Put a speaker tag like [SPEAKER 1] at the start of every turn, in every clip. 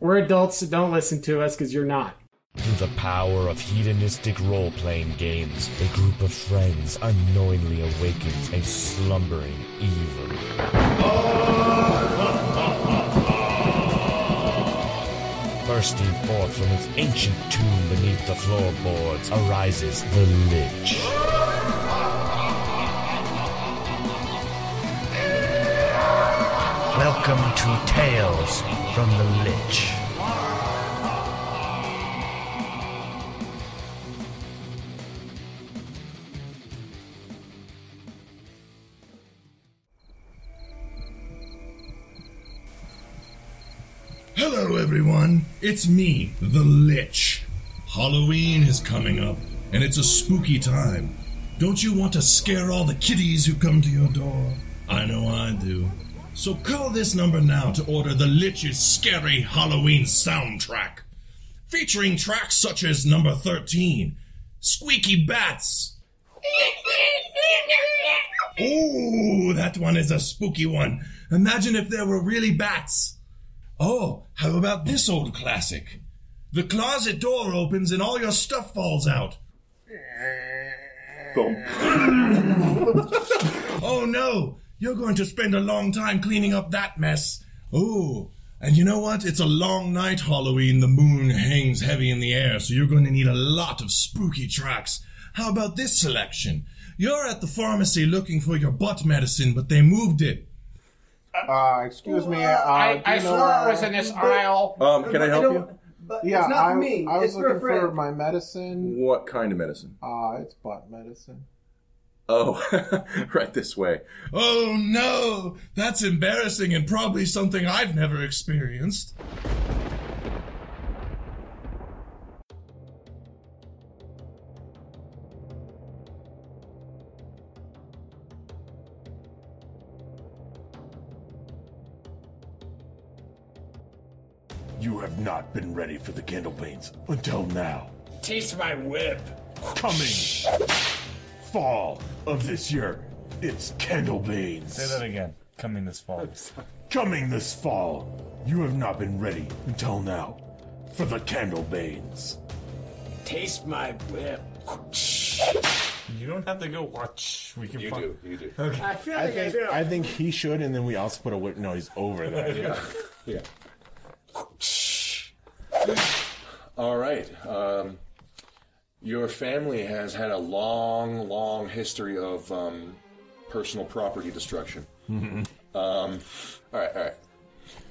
[SPEAKER 1] We're adults, so don't listen to us because you're not.
[SPEAKER 2] Through the power of hedonistic role playing games, a group of friends unknowingly awakens a slumbering evil. Bursting forth from its ancient tomb beneath the floorboards arises the Lich.
[SPEAKER 3] Welcome to Tales from the Lich.
[SPEAKER 4] Hello, everyone. It's me, the Lich. Halloween is coming up, and it's a spooky time. Don't you want to scare all the kiddies who come to your door? I know I do. So call this number now to order the Lich's Scary Halloween soundtrack, featuring tracks such as number 13, Squeaky Bats. Ooh, that one is a spooky one. Imagine if there were really bats. Oh, how about this old classic? The closet door opens and all your stuff falls out. oh no, you're going to spend a long time cleaning up that mess. Ooh, and you know what? It's a long night Halloween. The moon hangs heavy in the air, so you're going to need a lot of spooky tracks. How about this selection? You're at the pharmacy looking for your butt medicine, but they moved it.
[SPEAKER 5] Uh, excuse me. Uh,
[SPEAKER 6] I,
[SPEAKER 5] do
[SPEAKER 6] I
[SPEAKER 5] you
[SPEAKER 6] swore
[SPEAKER 5] know,
[SPEAKER 6] it was in this aisle.
[SPEAKER 7] Um, can I help
[SPEAKER 8] don't-
[SPEAKER 7] you?
[SPEAKER 8] But
[SPEAKER 5] Yeah,
[SPEAKER 8] it's not
[SPEAKER 5] I,
[SPEAKER 8] for me.
[SPEAKER 5] I was
[SPEAKER 8] it's for
[SPEAKER 5] looking
[SPEAKER 8] a friend.
[SPEAKER 5] my medicine.
[SPEAKER 7] What kind of medicine?
[SPEAKER 5] Uh, it's butt medicine.
[SPEAKER 7] Oh, right this way.
[SPEAKER 4] Oh no, that's embarrassing and probably something I've never experienced.
[SPEAKER 9] You have not been ready for the candle pains until now.
[SPEAKER 6] Taste my whip.
[SPEAKER 9] Coming fall of this year, it's candle
[SPEAKER 10] Say
[SPEAKER 9] pains.
[SPEAKER 10] that again. Coming this fall.
[SPEAKER 9] Coming this fall, you have not been ready until now for the candle pains.
[SPEAKER 6] Taste my whip.
[SPEAKER 10] You don't have to go watch. We can.
[SPEAKER 7] You
[SPEAKER 10] fuck-
[SPEAKER 7] do, you do.
[SPEAKER 6] I feel like I,
[SPEAKER 10] think-
[SPEAKER 6] do.
[SPEAKER 10] I think he should, and then we also put a whip noise over that.
[SPEAKER 7] All right. Um, your family has had a long, long history of um, personal property destruction. Um, all right, all right.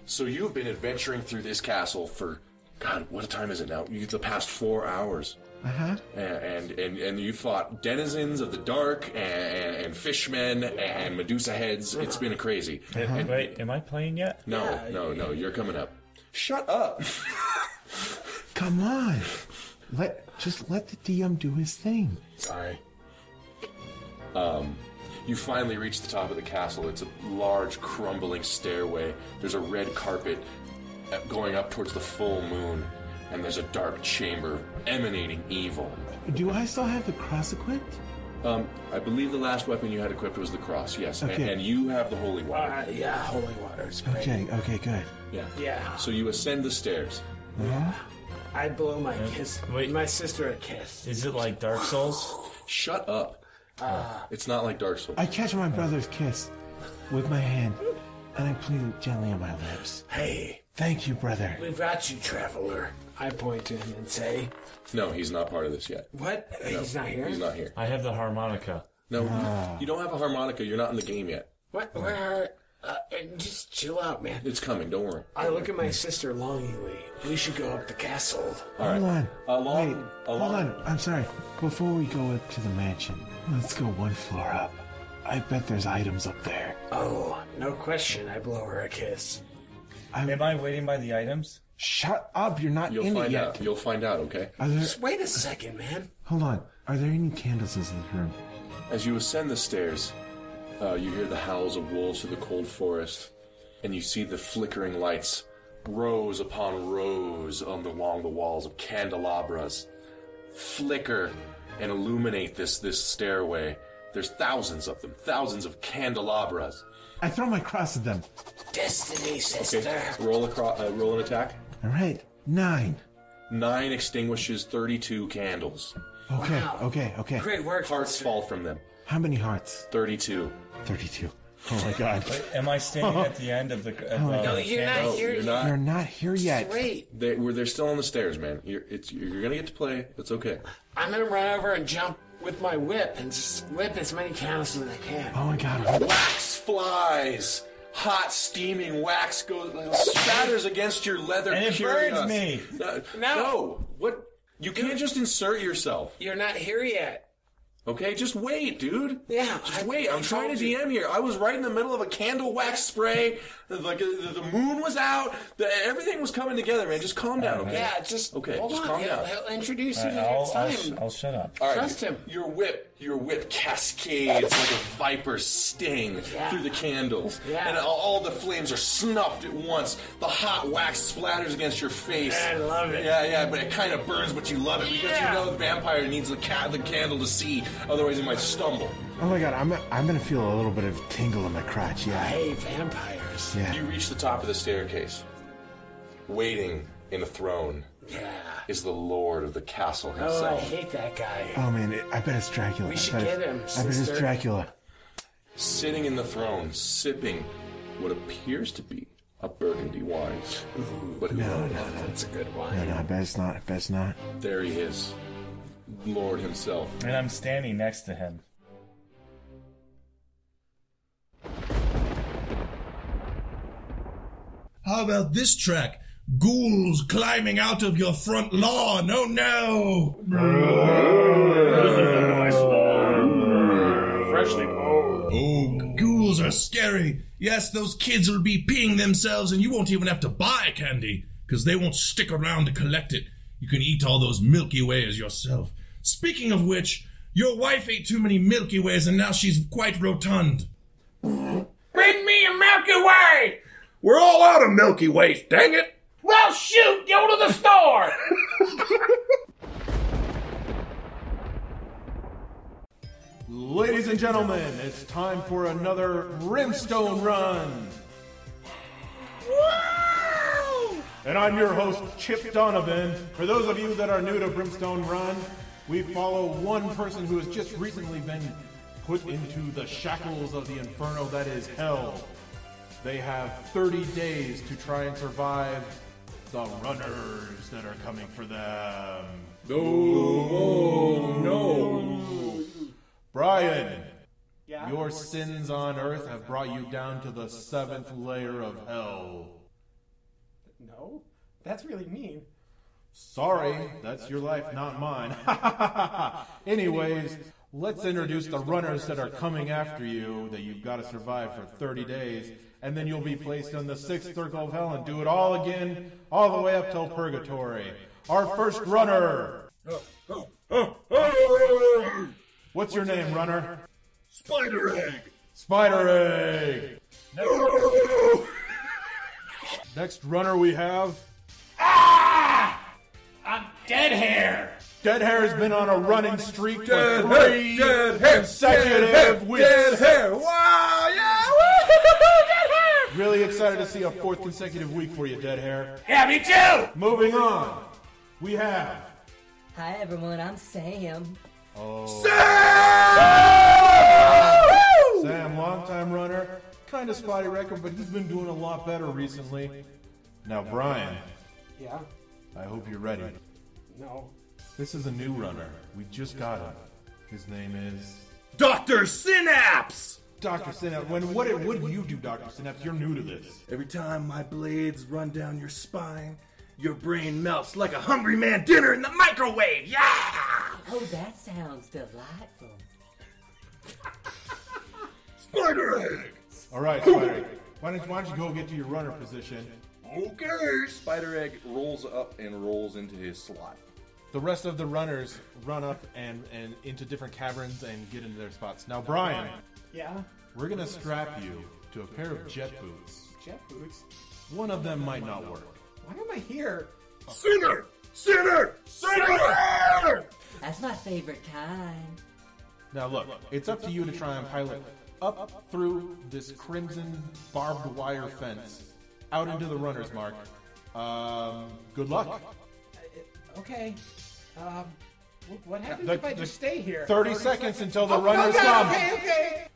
[SPEAKER 7] So you've been adventuring through this castle for God, what time is it now? You, the past four hours. Uh-huh. And, and and you fought denizens of the dark and, and fishmen and Medusa heads. It's been crazy.
[SPEAKER 10] Wait, am I playing yet?
[SPEAKER 7] No, no, no. You're coming up. Shut up.
[SPEAKER 11] Come on. Let just let the DM do his thing.
[SPEAKER 7] Sorry. Um, you finally reach the top of the castle. It's a large, crumbling stairway. There's a red carpet uh, going up towards the full moon, and there's a dark chamber emanating evil.
[SPEAKER 11] Do I still have the cross equipped?
[SPEAKER 7] Um, I believe the last weapon you had equipped was the cross, yes. a-
[SPEAKER 11] Okay.
[SPEAKER 7] And, you have the holy water.
[SPEAKER 6] Uh, yeah, holy water is great.
[SPEAKER 11] Okay, okay, good.
[SPEAKER 7] yeah.
[SPEAKER 6] Yeah,
[SPEAKER 7] So you ascend the stairs.
[SPEAKER 6] I blow my kiss.
[SPEAKER 10] Wait.
[SPEAKER 6] My sister a kiss.
[SPEAKER 10] Is it like Dark Souls?
[SPEAKER 7] Shut up.
[SPEAKER 6] Uh.
[SPEAKER 7] it's not like Dark Souls.
[SPEAKER 11] I catch my brother's kiss with my hand, and I plead it gently on my lips.
[SPEAKER 6] Hey,
[SPEAKER 11] Thank you, brother.
[SPEAKER 6] we've got you, traveler. I point to him and say,
[SPEAKER 7] No, he's not part of this yet.
[SPEAKER 6] "What? He's not here.
[SPEAKER 7] He's not here.
[SPEAKER 10] I have the harmonica.
[SPEAKER 7] No, you don't have a harmonica. You're not in the game yet.
[SPEAKER 6] Oh. What? Where? Uh, just chill out, man."
[SPEAKER 7] It's coming. Don't worry.
[SPEAKER 6] I look at my sister longingly. We should go up the castle.
[SPEAKER 7] All right. Uh,
[SPEAKER 11] Hold on.
[SPEAKER 7] Along,
[SPEAKER 11] Wait, hold
[SPEAKER 7] along,
[SPEAKER 11] on. I'm sorry. Before we go up to the mansion, let's go one floor up. I bet there's items up there.
[SPEAKER 6] Oh, no question. I blow her a kiss.
[SPEAKER 10] Am I waiting by the items?
[SPEAKER 11] Shut up! You're not
[SPEAKER 7] You'll
[SPEAKER 11] in
[SPEAKER 7] find
[SPEAKER 11] it yet.
[SPEAKER 7] out. You'll find out, okay?
[SPEAKER 11] Are there?
[SPEAKER 6] Just wait a second, man.
[SPEAKER 11] Hold on. Are there any candles in this room?
[SPEAKER 7] As you ascend the stairs, uh, you hear the howls of wolves through the cold forest, and you see the flickering lights, rows upon rows on the, along the walls of candelabras, flicker and illuminate this this stairway. There's thousands of them, thousands of candelabras.
[SPEAKER 11] I throw my cross at them.
[SPEAKER 6] Destiny, sister.
[SPEAKER 7] Okay, roll across, uh, roll an attack.
[SPEAKER 11] All right, nine.
[SPEAKER 7] Nine extinguishes 32 candles.
[SPEAKER 11] Okay, okay, okay.
[SPEAKER 7] work. Hearts fall from them.
[SPEAKER 11] How many hearts?
[SPEAKER 7] 32.
[SPEAKER 11] 32. Oh my god.
[SPEAKER 8] Am I standing at the end of the? At
[SPEAKER 11] Oh my
[SPEAKER 8] the
[SPEAKER 11] God. No,
[SPEAKER 7] you're not
[SPEAKER 8] candle?
[SPEAKER 7] here You're not.
[SPEAKER 11] You're not here yet.
[SPEAKER 7] They were they're still on the stairs, man. You're it's you're gonna get to play. It's okay.
[SPEAKER 6] I'm gonna run over and jump with my whip and just whip as many candles as I can.
[SPEAKER 11] Oh my god.
[SPEAKER 7] Wax flies. Hot steaming wax goes spatters against your leather.
[SPEAKER 8] And it
[SPEAKER 7] cuirass.
[SPEAKER 8] burns me.
[SPEAKER 7] No, no. what? You can't just insert yourself.
[SPEAKER 6] You're not here yet.
[SPEAKER 7] Okay, just wait, dude.
[SPEAKER 6] Yeah,
[SPEAKER 7] just
[SPEAKER 6] I-
[SPEAKER 7] wait. I'm
[SPEAKER 6] I
[SPEAKER 7] trying
[SPEAKER 6] told
[SPEAKER 7] to
[SPEAKER 6] you.
[SPEAKER 7] DM here. I was right in the middle of a candle wax spray. Like uh, the, the moon was out. The, everything was coming together, man. Just calm down. Okay.
[SPEAKER 6] Yeah, just
[SPEAKER 7] okay.
[SPEAKER 6] Hold
[SPEAKER 7] just
[SPEAKER 6] on.
[SPEAKER 7] calm
[SPEAKER 6] he'll,
[SPEAKER 7] down.
[SPEAKER 6] he'll introduce
[SPEAKER 8] All
[SPEAKER 6] you
[SPEAKER 8] right,
[SPEAKER 6] the next
[SPEAKER 8] I'll, I'll,
[SPEAKER 6] time.
[SPEAKER 8] sh- I'll shut up.
[SPEAKER 7] All right.
[SPEAKER 6] Trust him.
[SPEAKER 7] Your whip, your whip cascades like a viper's sting
[SPEAKER 6] Yeah.
[SPEAKER 7] through the candles,
[SPEAKER 6] Yeah.
[SPEAKER 7] and all, all the flames are snuffed at once. The hot wax splatters against your face.
[SPEAKER 6] I love it.
[SPEAKER 7] Yeah, yeah, but it kind of burns, but you love it because
[SPEAKER 6] Yeah.
[SPEAKER 7] you know the vampire needs the, ca- the candle to see, otherwise he might stumble.
[SPEAKER 11] Oh my god, I'm I'm gonna feel a little bit of tingle in my crotch. Yeah.
[SPEAKER 6] Hey, vampires.
[SPEAKER 11] Yeah.
[SPEAKER 7] You reach the top of the staircase. Waiting in a throne
[SPEAKER 6] Yeah.
[SPEAKER 7] is the lord of the castle
[SPEAKER 6] Oh, I
[SPEAKER 7] himself,
[SPEAKER 6] hate that guy.
[SPEAKER 11] Oh man, I bet it's Dracula.
[SPEAKER 6] We
[SPEAKER 11] I
[SPEAKER 6] should
[SPEAKER 11] bet
[SPEAKER 6] get
[SPEAKER 11] it's-
[SPEAKER 6] him,
[SPEAKER 11] I bet
[SPEAKER 6] sister.
[SPEAKER 11] it's Dracula.
[SPEAKER 7] sitting in the throne, sipping what appears to be a burgundy wine. But who
[SPEAKER 11] No,
[SPEAKER 7] knows?
[SPEAKER 11] no, no.
[SPEAKER 6] That's a good one.
[SPEAKER 11] No, no, I bet it's not. I bet it's not.
[SPEAKER 7] There he is, Lord himself.
[SPEAKER 8] And I'm standing next to him.
[SPEAKER 4] How about this track? Ghouls climbing out of your front lawn. Oh no!
[SPEAKER 10] Freshly mowed.
[SPEAKER 4] Oh, ghouls are scary. Yes, those kids will be peeing themselves, and you won't even have to buy candy, because they won't stick around to collect it. You can eat all those Milky Ways yourself. Speaking of which, your wife ate too many Milky Ways, and now she's quite rotund.
[SPEAKER 10] Bring me a Milky Way!
[SPEAKER 4] We're all out of Milky Ways, dang it!
[SPEAKER 10] Well, shoot! Go to the store!
[SPEAKER 9] Ladies and gentlemen, it's time for another Brimstone Run. And I'm your host, Chip Donovan. For those of you that are new to Brimstone Run, we follow one person who has just recently been put into the shackles of the inferno that is hell. They have 30 days to try and survive the runners that are coming for them. Brian, your sins on earth have brought you down to the seventh layer of hell.
[SPEAKER 1] No, that's really mean.
[SPEAKER 9] Sorry, that's your life, not mine. Anyways, let's introduce the runners that are coming after you that you've got to survive for 30 days, and then you'll be placed in the sixth circle of hell and do it all again, all the way up till purgatory. Our first runner! What's your name, runner?
[SPEAKER 4] Spider egg!
[SPEAKER 9] Spider Egg! Next runner we have.
[SPEAKER 10] Dead hair!
[SPEAKER 9] Dead Hair has been on a running streak for
[SPEAKER 4] Dead hair,
[SPEAKER 9] three
[SPEAKER 4] dead hair,
[SPEAKER 9] consecutive
[SPEAKER 4] dead hair,
[SPEAKER 9] weeks.
[SPEAKER 4] dead hair. Wow, yeah,
[SPEAKER 9] Really excited to see a fourth consecutive week for you, Dead Hair.
[SPEAKER 10] Yeah, me too!
[SPEAKER 9] Moving on, we have.
[SPEAKER 12] Hi everyone, I'm Sam.
[SPEAKER 9] Sam, longtime runner, kind of spotty record, but he's been doing a lot better recently. Now, Brian,
[SPEAKER 1] Yeah.
[SPEAKER 9] I hope you're ready.
[SPEAKER 1] No.
[SPEAKER 9] This is a new runner. We just got him. His name is
[SPEAKER 4] Dr. Synapse!
[SPEAKER 9] Doctor Synapse. When what it would you do, Doctor Synapse? You're new to this.
[SPEAKER 13] Every time my blades run down your spine, your brain melts like a hungry man dinner in the microwave. Yeah!
[SPEAKER 12] Oh, that sounds delightful.
[SPEAKER 4] Spider egg!
[SPEAKER 9] All right, Spider. Why don't, why don't you go get to your runner position?
[SPEAKER 7] Okay. Spider Egg rolls up and rolls into his slot.
[SPEAKER 9] The rest of the runners run up and, and into different caverns and get into their spots. Now, Brian,
[SPEAKER 1] Yeah.
[SPEAKER 9] we're gonna strap you to a pair of jet boots.
[SPEAKER 1] Jet boots.
[SPEAKER 9] One of them might not work.
[SPEAKER 1] Why am I here?
[SPEAKER 4] Sinner! Sinner! Sinner!
[SPEAKER 12] That's my favorite kind.
[SPEAKER 9] Now, look, it's up to you to try and pilot up through this crimson barbed wire fence out into the runner's mark
[SPEAKER 14] Um, good luck.
[SPEAKER 15] Okay. Um, wh- what happens
[SPEAKER 14] the-
[SPEAKER 15] if I
[SPEAKER 14] the
[SPEAKER 15] just stay here?
[SPEAKER 14] 30 seconds until the
[SPEAKER 15] oh,
[SPEAKER 14] runner's
[SPEAKER 15] okay,
[SPEAKER 14] gone.
[SPEAKER 15] Okay, okay.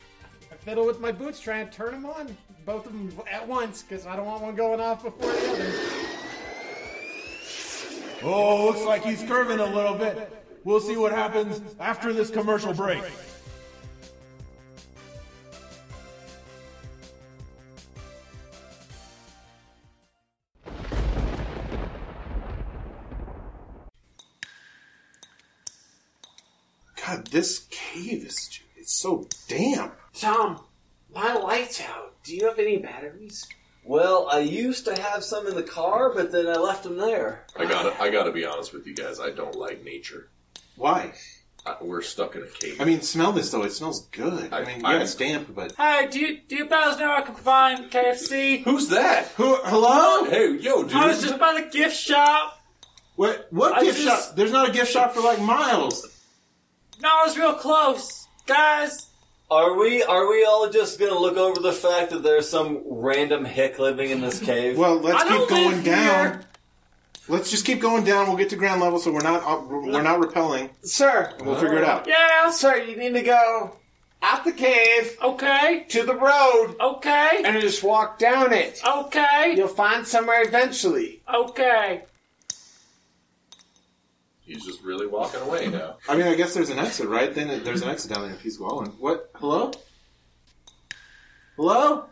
[SPEAKER 15] I fiddle with my boots, try and turn them on, both of them at once, because I don't want one going off before the other.
[SPEAKER 14] Oh, looks like he's curving a little bit. We'll see what happens after this commercial break.
[SPEAKER 9] God, this cave is stu- it's so damp.
[SPEAKER 1] Tom, my light's out. Do you have any batteries?
[SPEAKER 4] Well, I used to have some in the car, but then I left them there.
[SPEAKER 7] I gotta, I gotta be honest with you guys. I don't like nature.
[SPEAKER 9] Why?
[SPEAKER 7] I, we're stuck in a cave.
[SPEAKER 9] I mean, smell this though. It smells good. I, mean, yeah,
[SPEAKER 7] I-
[SPEAKER 9] it's damp, but
[SPEAKER 16] Hey, do you, do you fellas know I can find KFC?
[SPEAKER 7] Who's that?
[SPEAKER 9] Who? Hello?
[SPEAKER 7] Hey, yo, dude.
[SPEAKER 16] I was just by the gift shop.
[SPEAKER 9] What? What
[SPEAKER 16] I
[SPEAKER 9] gift
[SPEAKER 16] just-
[SPEAKER 9] shop? There's not a gift shop for like miles.
[SPEAKER 16] No, I was real close. Guys,
[SPEAKER 4] Are we are we all just gonna look over the fact that there's some random hick living in this cave?
[SPEAKER 9] Well, let's keep going down. Let's just keep going down. We'll get to ground level, so we're not uh, we're not repelling.
[SPEAKER 1] Sir,
[SPEAKER 9] And we'll figure it out.
[SPEAKER 1] Yeah, sir, you need to go out the cave. Okay. To the road. Okay. And just walk down it. Okay. You'll find somewhere eventually. Okay.
[SPEAKER 7] He's just really walking away now.
[SPEAKER 9] I mean, I guess there's an exit, right? Then there's an exit down there if he's going. What? Hello? Hello?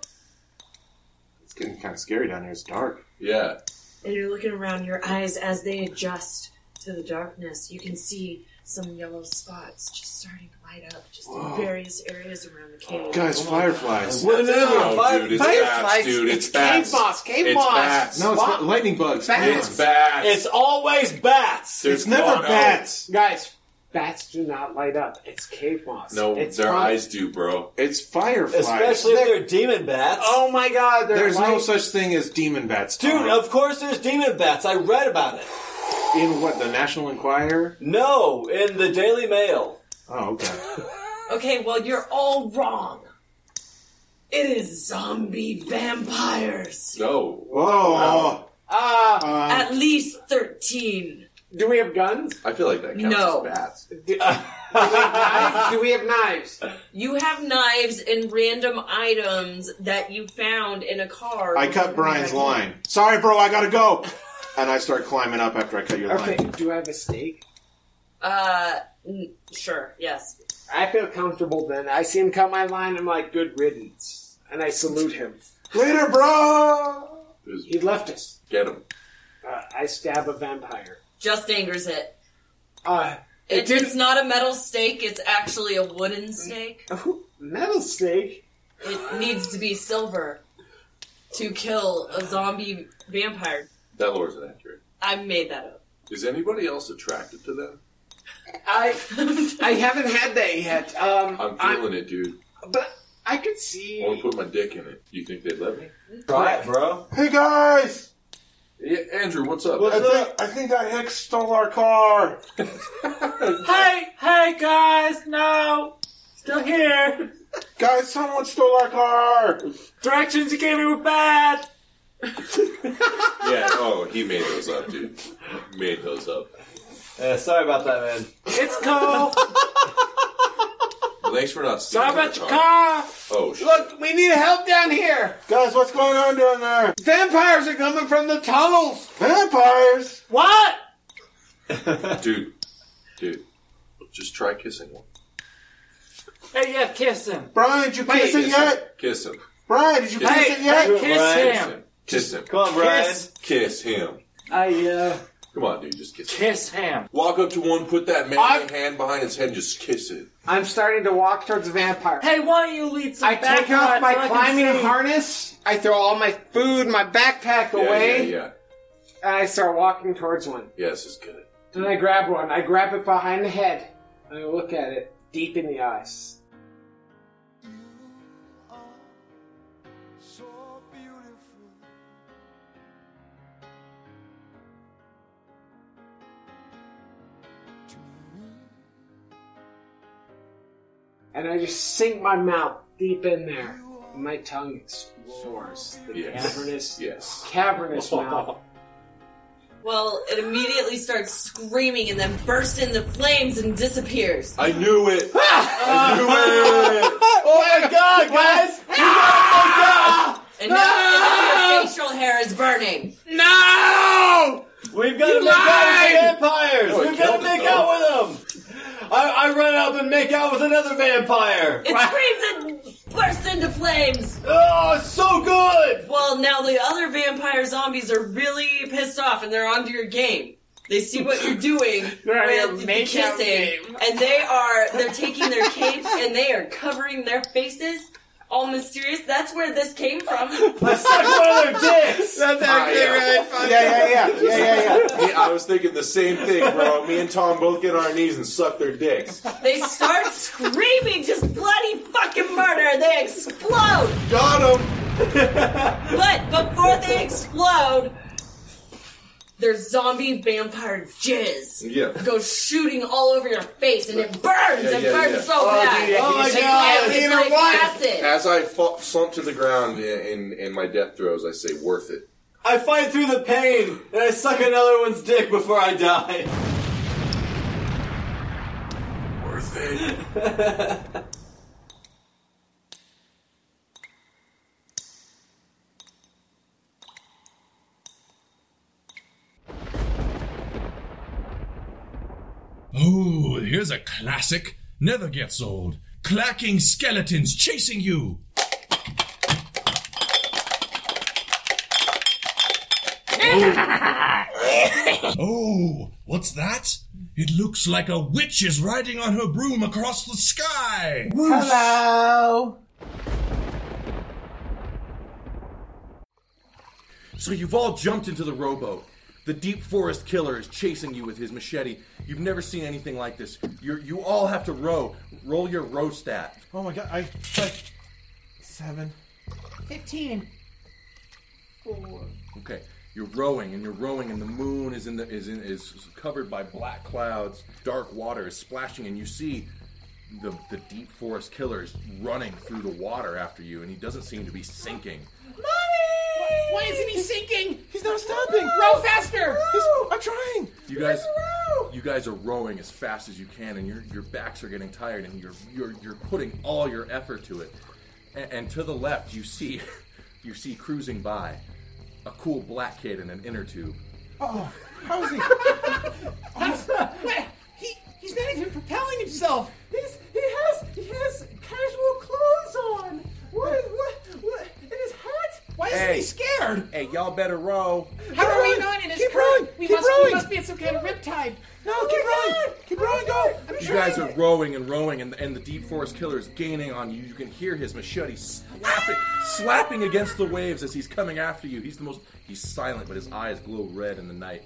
[SPEAKER 9] It's getting kind of scary down here. It's dark.
[SPEAKER 7] Yeah.
[SPEAKER 17] And you're looking around your eyes as they adjust to the darkness. You can see some yellow spots just starting to light up just
[SPEAKER 16] Oh.
[SPEAKER 9] Whoa.
[SPEAKER 17] in various areas around the cave.
[SPEAKER 9] Guys, fireflies.
[SPEAKER 1] God. Whatever.
[SPEAKER 7] No,
[SPEAKER 1] Fire-
[SPEAKER 7] dude, it's
[SPEAKER 1] fireflies.
[SPEAKER 7] bats, dude. It's,
[SPEAKER 1] It's cave
[SPEAKER 7] bats.
[SPEAKER 1] moss, cave
[SPEAKER 7] it's
[SPEAKER 1] moss.
[SPEAKER 7] Bats.
[SPEAKER 9] No, it's
[SPEAKER 1] Swamp-
[SPEAKER 9] not- lightning bugs.
[SPEAKER 1] Bats.
[SPEAKER 7] It's bats.
[SPEAKER 1] It's always bats.
[SPEAKER 7] There's It's never mono. bats.
[SPEAKER 1] Guys, bats do not light up. It's cave moss.
[SPEAKER 7] No,
[SPEAKER 1] it's
[SPEAKER 7] their
[SPEAKER 1] fun.
[SPEAKER 7] eyes do, bro.
[SPEAKER 9] It's fireflies.
[SPEAKER 4] Especially if they're demon bats.
[SPEAKER 1] Oh my god, they're
[SPEAKER 9] There's no
[SPEAKER 1] light-
[SPEAKER 9] such thing as demon bats. Tom.
[SPEAKER 4] Dude, of course there's demon bats. I read about it.
[SPEAKER 9] In what, the National Enquirer?
[SPEAKER 4] No, in the Daily Mail.
[SPEAKER 9] Oh, okay.
[SPEAKER 17] Okay, well, you're all wrong. It is zombie vampires.
[SPEAKER 7] No.
[SPEAKER 9] Whoa.
[SPEAKER 1] Ah,
[SPEAKER 17] At least 13.
[SPEAKER 1] Do we have guns?
[SPEAKER 7] I feel like that counts
[SPEAKER 17] No.
[SPEAKER 7] as bats.
[SPEAKER 1] Do we have knives?
[SPEAKER 17] You have knives and random items that you found in a car.
[SPEAKER 9] I cut Brian's line. Sorry, bro, I gotta go. And I start climbing up after I cut your
[SPEAKER 1] Okay,
[SPEAKER 9] line.
[SPEAKER 1] do I have a stake?
[SPEAKER 17] Uh, n- sure, yes.
[SPEAKER 1] I feel comfortable then. I see him cut my line. I'm like, good riddance, and I salute him. Uh,
[SPEAKER 9] Later, bro.
[SPEAKER 1] He left us.
[SPEAKER 7] Get him.
[SPEAKER 1] Uh, I stab a vampire.
[SPEAKER 17] Just angers it.
[SPEAKER 1] Uh, it
[SPEAKER 17] It,
[SPEAKER 1] didn't
[SPEAKER 17] it's not a metal stake, it's actually a wooden stake.
[SPEAKER 1] metal stake.
[SPEAKER 17] It needs to be silver to kill a zombie vampire.
[SPEAKER 7] That lore's inaccurate.
[SPEAKER 17] I made that up.
[SPEAKER 7] Is anybody else attracted to them?
[SPEAKER 1] I I haven't had that yet. Um,
[SPEAKER 7] I'm feeling it, dude.
[SPEAKER 1] but I could see.
[SPEAKER 7] I want to put my dick in it. You think they'd let me?
[SPEAKER 4] Try it, bro.
[SPEAKER 9] Hey, guys!
[SPEAKER 7] Yeah, Andrew, what's up?
[SPEAKER 9] I think, I think that hick stole our car.
[SPEAKER 16] hey, hey, guys, no, still here.
[SPEAKER 9] Guys, someone stole our car.
[SPEAKER 16] Directions you gave me were bad.
[SPEAKER 7] yeah, oh, he made those up, dude. Made those up.
[SPEAKER 4] Yeah, sorry about that, man.
[SPEAKER 16] It's cool.
[SPEAKER 7] Well, thanks for not
[SPEAKER 1] Sorry
[SPEAKER 7] stealing
[SPEAKER 1] about
[SPEAKER 7] our
[SPEAKER 1] your car.
[SPEAKER 7] Oh, shit.
[SPEAKER 1] Look, we need help down here.
[SPEAKER 9] Guys, what's going on down there?
[SPEAKER 1] Vampires are coming from the tunnels.
[SPEAKER 9] Vampires?
[SPEAKER 1] What?
[SPEAKER 7] dude, dude, just try kissing one.
[SPEAKER 16] Hey, yeah, kiss him.
[SPEAKER 9] Brian, did you kiss it yet?
[SPEAKER 7] Kiss him.
[SPEAKER 9] Brian, did you
[SPEAKER 16] Hey,
[SPEAKER 9] kiss it yet?
[SPEAKER 16] hey, kiss Brian. him.
[SPEAKER 7] Kiss him.
[SPEAKER 4] Come on, Brian.
[SPEAKER 7] Kiss, kiss him.
[SPEAKER 1] I uh.
[SPEAKER 7] Come on, dude, just kiss him.
[SPEAKER 16] Kiss him.
[SPEAKER 7] Walk up to one, put that manly hand behind his head, and just kiss it.
[SPEAKER 1] I'm starting to walk towards the vampire.
[SPEAKER 16] Hey, why don't you lead some
[SPEAKER 1] I take off
[SPEAKER 16] vampires
[SPEAKER 1] my
[SPEAKER 16] so I can
[SPEAKER 1] climbing
[SPEAKER 16] see?
[SPEAKER 1] harness. I throw all my food, my backpack away,
[SPEAKER 7] Yeah, yeah,
[SPEAKER 1] and I start walking towards one.
[SPEAKER 7] yeah. Yes, it's good.
[SPEAKER 1] Then I grab one. I grab it behind the head. And I look at it deep in the eyes. And I just sink my mouth deep in there. My tongue explores the
[SPEAKER 7] Yes.
[SPEAKER 1] cavernous,
[SPEAKER 7] Yes.
[SPEAKER 1] cavernous mouth
[SPEAKER 17] Well, it immediately starts screaming and then bursts into flames and disappears.
[SPEAKER 7] I knew it.
[SPEAKER 1] Ah!
[SPEAKER 7] I knew it.
[SPEAKER 17] oh my god, guys! You guys up! And now, and now your facial hair is burning.
[SPEAKER 18] No! We've got to make out with the vampires! We've got to make out with them! I, I run up and make out with another vampire!
[SPEAKER 17] It screams and bursts into flames.
[SPEAKER 18] Oh, so good!
[SPEAKER 17] Well, now the other vampire zombies are really pissed off and they're onto your game. They see what you're doing
[SPEAKER 19] They're on
[SPEAKER 17] with
[SPEAKER 19] your
[SPEAKER 17] the
[SPEAKER 19] make-out
[SPEAKER 17] kissing,
[SPEAKER 19] game.
[SPEAKER 17] and they are they're taking their capes and they are covering their faces. All mysterious. That's where this came from. I
[SPEAKER 18] sucked one of their dicks.
[SPEAKER 17] That's
[SPEAKER 7] yeah. yeah, yeah, yeah, yeah, yeah, yeah. Me- I was thinking the same thing, bro. Me and Tom both get on our knees and suck their dicks.
[SPEAKER 17] They start screaming, just bloody fucking murder. They explode.
[SPEAKER 7] Got him.
[SPEAKER 17] But before they explode, their zombie vampire jizz
[SPEAKER 19] Yeah.
[SPEAKER 17] goes shooting all over your face, and it burns.
[SPEAKER 7] Yeah,
[SPEAKER 17] it
[SPEAKER 7] yeah,
[SPEAKER 17] burns
[SPEAKER 7] yeah. Oh,
[SPEAKER 17] so
[SPEAKER 1] Oh,
[SPEAKER 17] bad. It's like- It's like acid.
[SPEAKER 7] As I fall, slump to the ground in, in, in my death throes, I say, worth it.
[SPEAKER 18] I fight through the pain and I suck another one's dick before I die.
[SPEAKER 7] Worth it.
[SPEAKER 20] Oh, here's a classic. Never gets old. Clacking skeletons chasing you. Oh, what's that? It looks like a witch is riding on her broom across the sky.
[SPEAKER 21] Hello.
[SPEAKER 4] So you've all jumped into the rowboat. The deep forest killer is chasing you with his machete. You've never seen anything like this. You're, you all have to row. Roll your row stat.
[SPEAKER 9] Oh my god, I. I seven.
[SPEAKER 1] 15. Four.
[SPEAKER 4] Okay, you're rowing and you're rowing, and the moon is in the is in is covered by black clouds. Dark water is splashing, and you see the the deep forest killer is running through the water after you, and he doesn't seem to be sinking.
[SPEAKER 1] Mommy! Why isn't he sinking? He's not stopping. Row faster. I'm trying.
[SPEAKER 4] You guys, you guys are rowing as fast as you can, and your your backs are getting tired, and you're you're you're putting all your effort to it. And, and to the left, you see, you see cruising by, a cool black kid in an inner tube.
[SPEAKER 1] Oh, how is he? That's- wait, he he's not even propelling himself. He's, he has he has casual clothes on. What what what? In his hat? Why isn't he scared?
[SPEAKER 4] Hey, y'all better row.
[SPEAKER 1] How are we not in his keep rowing.
[SPEAKER 22] We
[SPEAKER 1] keep
[SPEAKER 22] must- we
[SPEAKER 1] rowing.
[SPEAKER 22] must
[SPEAKER 1] be in some kind of riptide. No, keep rowing. Keep rowing. Go. I'm
[SPEAKER 4] You guys are rowing and rowing, and, and the deep forest killer is gaining on you. You can hear his machete slapping, slapping against the waves as he's coming after you. He's the most. He's silent, but his eyes glow red in the night.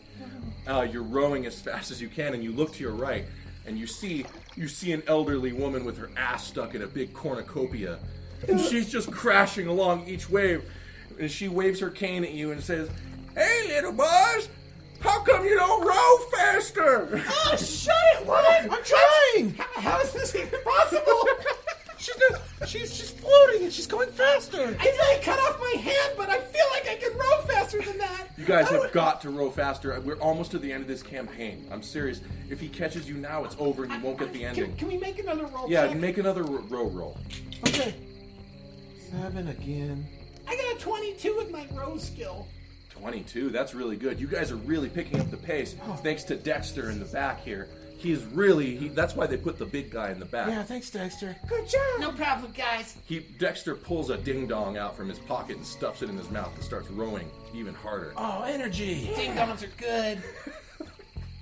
[SPEAKER 4] Uh, you're rowing as fast as you can, and you look to your right, and you see you see an elderly woman with her ass stuck in a big cornucopia, and she's just crashing along each wave, and she waves her cane at you and says, "Hey, little boys, how come you don't row faster?"
[SPEAKER 1] Oh, shut it, woman! I'm trying. How, how is this even possible? she's not, she's she's floating and she's going faster. I thought I cut off my hand, but I feel like I can row faster than that.
[SPEAKER 4] You guys have got to row faster. We're almost to the end of this campaign. I'm serious. If he catches you now, it's over and you won't get the ending.
[SPEAKER 1] Can we make another roll?
[SPEAKER 4] Yeah,
[SPEAKER 1] check?
[SPEAKER 4] make another ro- row roll.
[SPEAKER 1] Okay.
[SPEAKER 9] Seven again.
[SPEAKER 1] I got a 22 with my row skill.
[SPEAKER 4] 22. That's really good. You guys are really picking up the pace
[SPEAKER 1] Oh.
[SPEAKER 4] thanks to Dexter in the back here. He's really. He, that's why they put the big guy in the back.
[SPEAKER 1] thanks, Dexter. Good job. No problem, guys.
[SPEAKER 4] He Dexter pulls a ding dong out from his pocket and stuffs it in his mouth and starts rowing even harder.
[SPEAKER 1] Oh, energy. Ding dongs are good.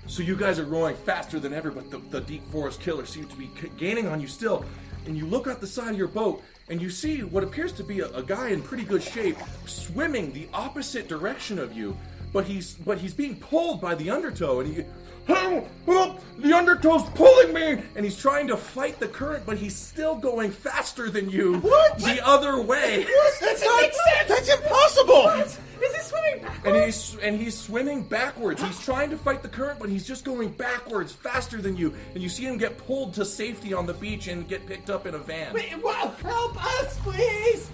[SPEAKER 4] So you guys are rowing faster than ever, but the, the deep forest killer seems to be c- gaining on you still. And you look out the side of your boat, and you see what appears to be a, a guy in pretty good shape swimming the opposite direction of you. But he's but he's being pulled by the undertow, and he, help, help, the undertow's pulling me, and he's trying to fight the current, but he's still going faster than you. What? The other way.
[SPEAKER 1] That's not sense.
[SPEAKER 4] That's impossible.
[SPEAKER 1] Is he swimming
[SPEAKER 4] And he's and he's swimming backwards. He's trying to fight the current, but he's just going backwards faster than you. And you see him get pulled to safety on the beach and get picked up in a van.
[SPEAKER 1] Wait, wow, help us, please!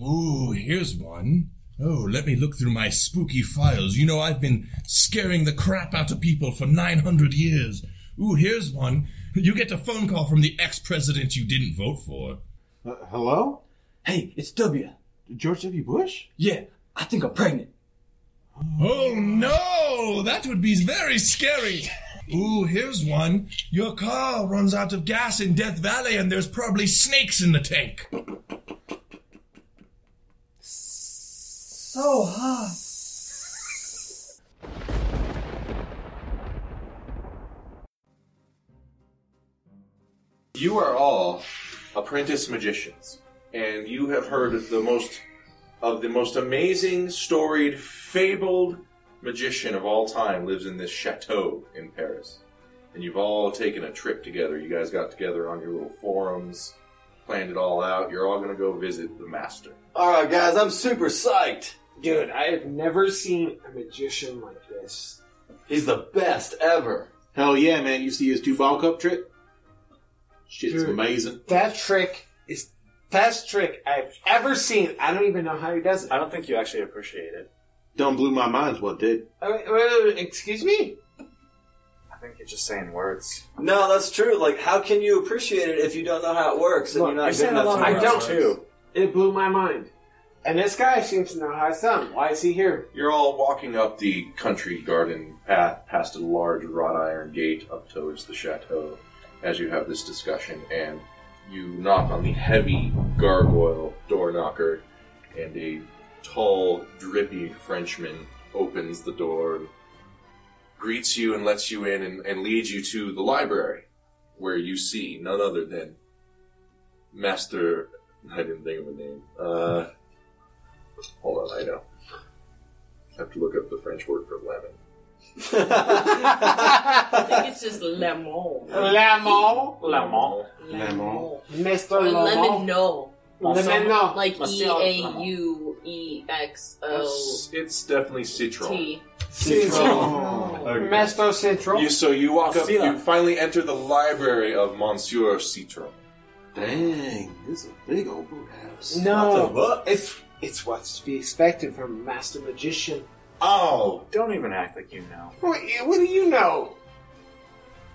[SPEAKER 4] Ooh, here's one. Oh, let me look through my spooky files. You know, I've been scaring the crap out of people for 900 years. Ooh, here's one. You get a phone call from the ex president you didn't vote for.
[SPEAKER 5] Uh,
[SPEAKER 9] hello?
[SPEAKER 23] Hey, it's W.
[SPEAKER 9] George W. Bush?
[SPEAKER 23] Yeah, I think I'm pregnant.
[SPEAKER 4] Oh no, that would be very scary. Ooh, here's one. Your car runs out of gas in Death Valley and there's probably snakes in the tank.
[SPEAKER 23] So hot.
[SPEAKER 7] You are all apprentice magicians, and you have heard of the most of the most amazing, storied, fabled magician of all time lives in this chateau in Paris. And you've all taken a trip together. You guys got together on your little forums, planned it all out. You're all going to go visit the master.
[SPEAKER 24] Alright, guys, I'm super psyched.
[SPEAKER 1] Dude, I have never seen a magician like this.
[SPEAKER 24] He's the best ever.
[SPEAKER 9] Hell yeah, man. You see his Duval Cup trick? Shit's amazing.
[SPEAKER 1] That trick is best trick I've ever seen. I don't even know how he does it. I don't think you actually appreciate it.
[SPEAKER 9] Done blew my mind is what it did.
[SPEAKER 1] I mean, wait, wait, excuse me?
[SPEAKER 3] I think you're just saying words.
[SPEAKER 23] No, that's true. Like, how can you appreciate it if you don't know how it works and
[SPEAKER 1] Look,
[SPEAKER 23] you're not
[SPEAKER 1] I
[SPEAKER 23] good
[SPEAKER 1] said
[SPEAKER 23] enough?
[SPEAKER 1] I
[SPEAKER 23] to
[SPEAKER 1] don't too. It blew my mind. And this guy seems to know how it's done. Why is he here?
[SPEAKER 7] You're all walking up the country garden path past a large wrought iron gate up towards the chateau as you have this discussion, and you knock on the heavy gargoyle door knocker, and a tall, drippy Frenchman opens the door, greets you, and lets you in, and, and leads you to the library, where you see none other than Master. I didn't think of a name. Uh, hold on, I know. I have to look up the French word for lemon.
[SPEAKER 17] I think it's just lemon.
[SPEAKER 1] Lemon?
[SPEAKER 7] Lemon.
[SPEAKER 9] Lemon.
[SPEAKER 1] Mr.
[SPEAKER 17] Or
[SPEAKER 1] Lemon.
[SPEAKER 17] lemon no.
[SPEAKER 1] Lemon.
[SPEAKER 17] Like E
[SPEAKER 1] Monsieur
[SPEAKER 17] A
[SPEAKER 1] Lemon.
[SPEAKER 17] U E X O
[SPEAKER 7] It's, it's definitely citron.
[SPEAKER 17] T.
[SPEAKER 7] Okay.
[SPEAKER 1] Master Central.
[SPEAKER 7] You, so you walk up,
[SPEAKER 1] Sila.
[SPEAKER 7] you finally enter the library of Monsieur Citron.
[SPEAKER 9] Dang, this is a big old boot house.
[SPEAKER 1] No, it's it's what's to be expected from a master magician.
[SPEAKER 7] Oh,
[SPEAKER 3] Don't even act like you know.
[SPEAKER 1] what, what do you know?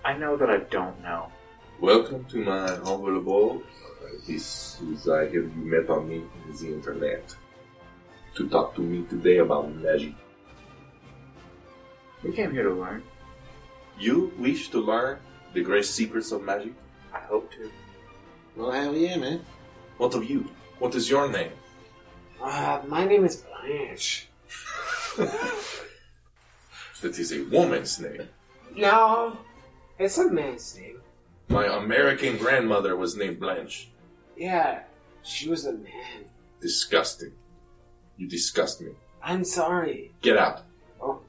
[SPEAKER 3] I know that I don't know.
[SPEAKER 7] Welcome to my humble abode. Uh, This is, I hear you met on me in the internet to talk to me today about magic.
[SPEAKER 3] We came here to learn.
[SPEAKER 7] You wish to learn the great secrets of magic? I hope to.
[SPEAKER 9] Well, hell yeah, man.
[SPEAKER 7] What of you? What is your name?
[SPEAKER 1] Uh, my name is Blanche.
[SPEAKER 7] That is a woman's name.
[SPEAKER 1] No, it's a man's name.
[SPEAKER 7] My American grandmother was named Blanche.
[SPEAKER 1] Yeah, she was a man.
[SPEAKER 7] Disgusting. You disgust me.
[SPEAKER 1] I'm sorry.
[SPEAKER 7] Get out.
[SPEAKER 1] Oh,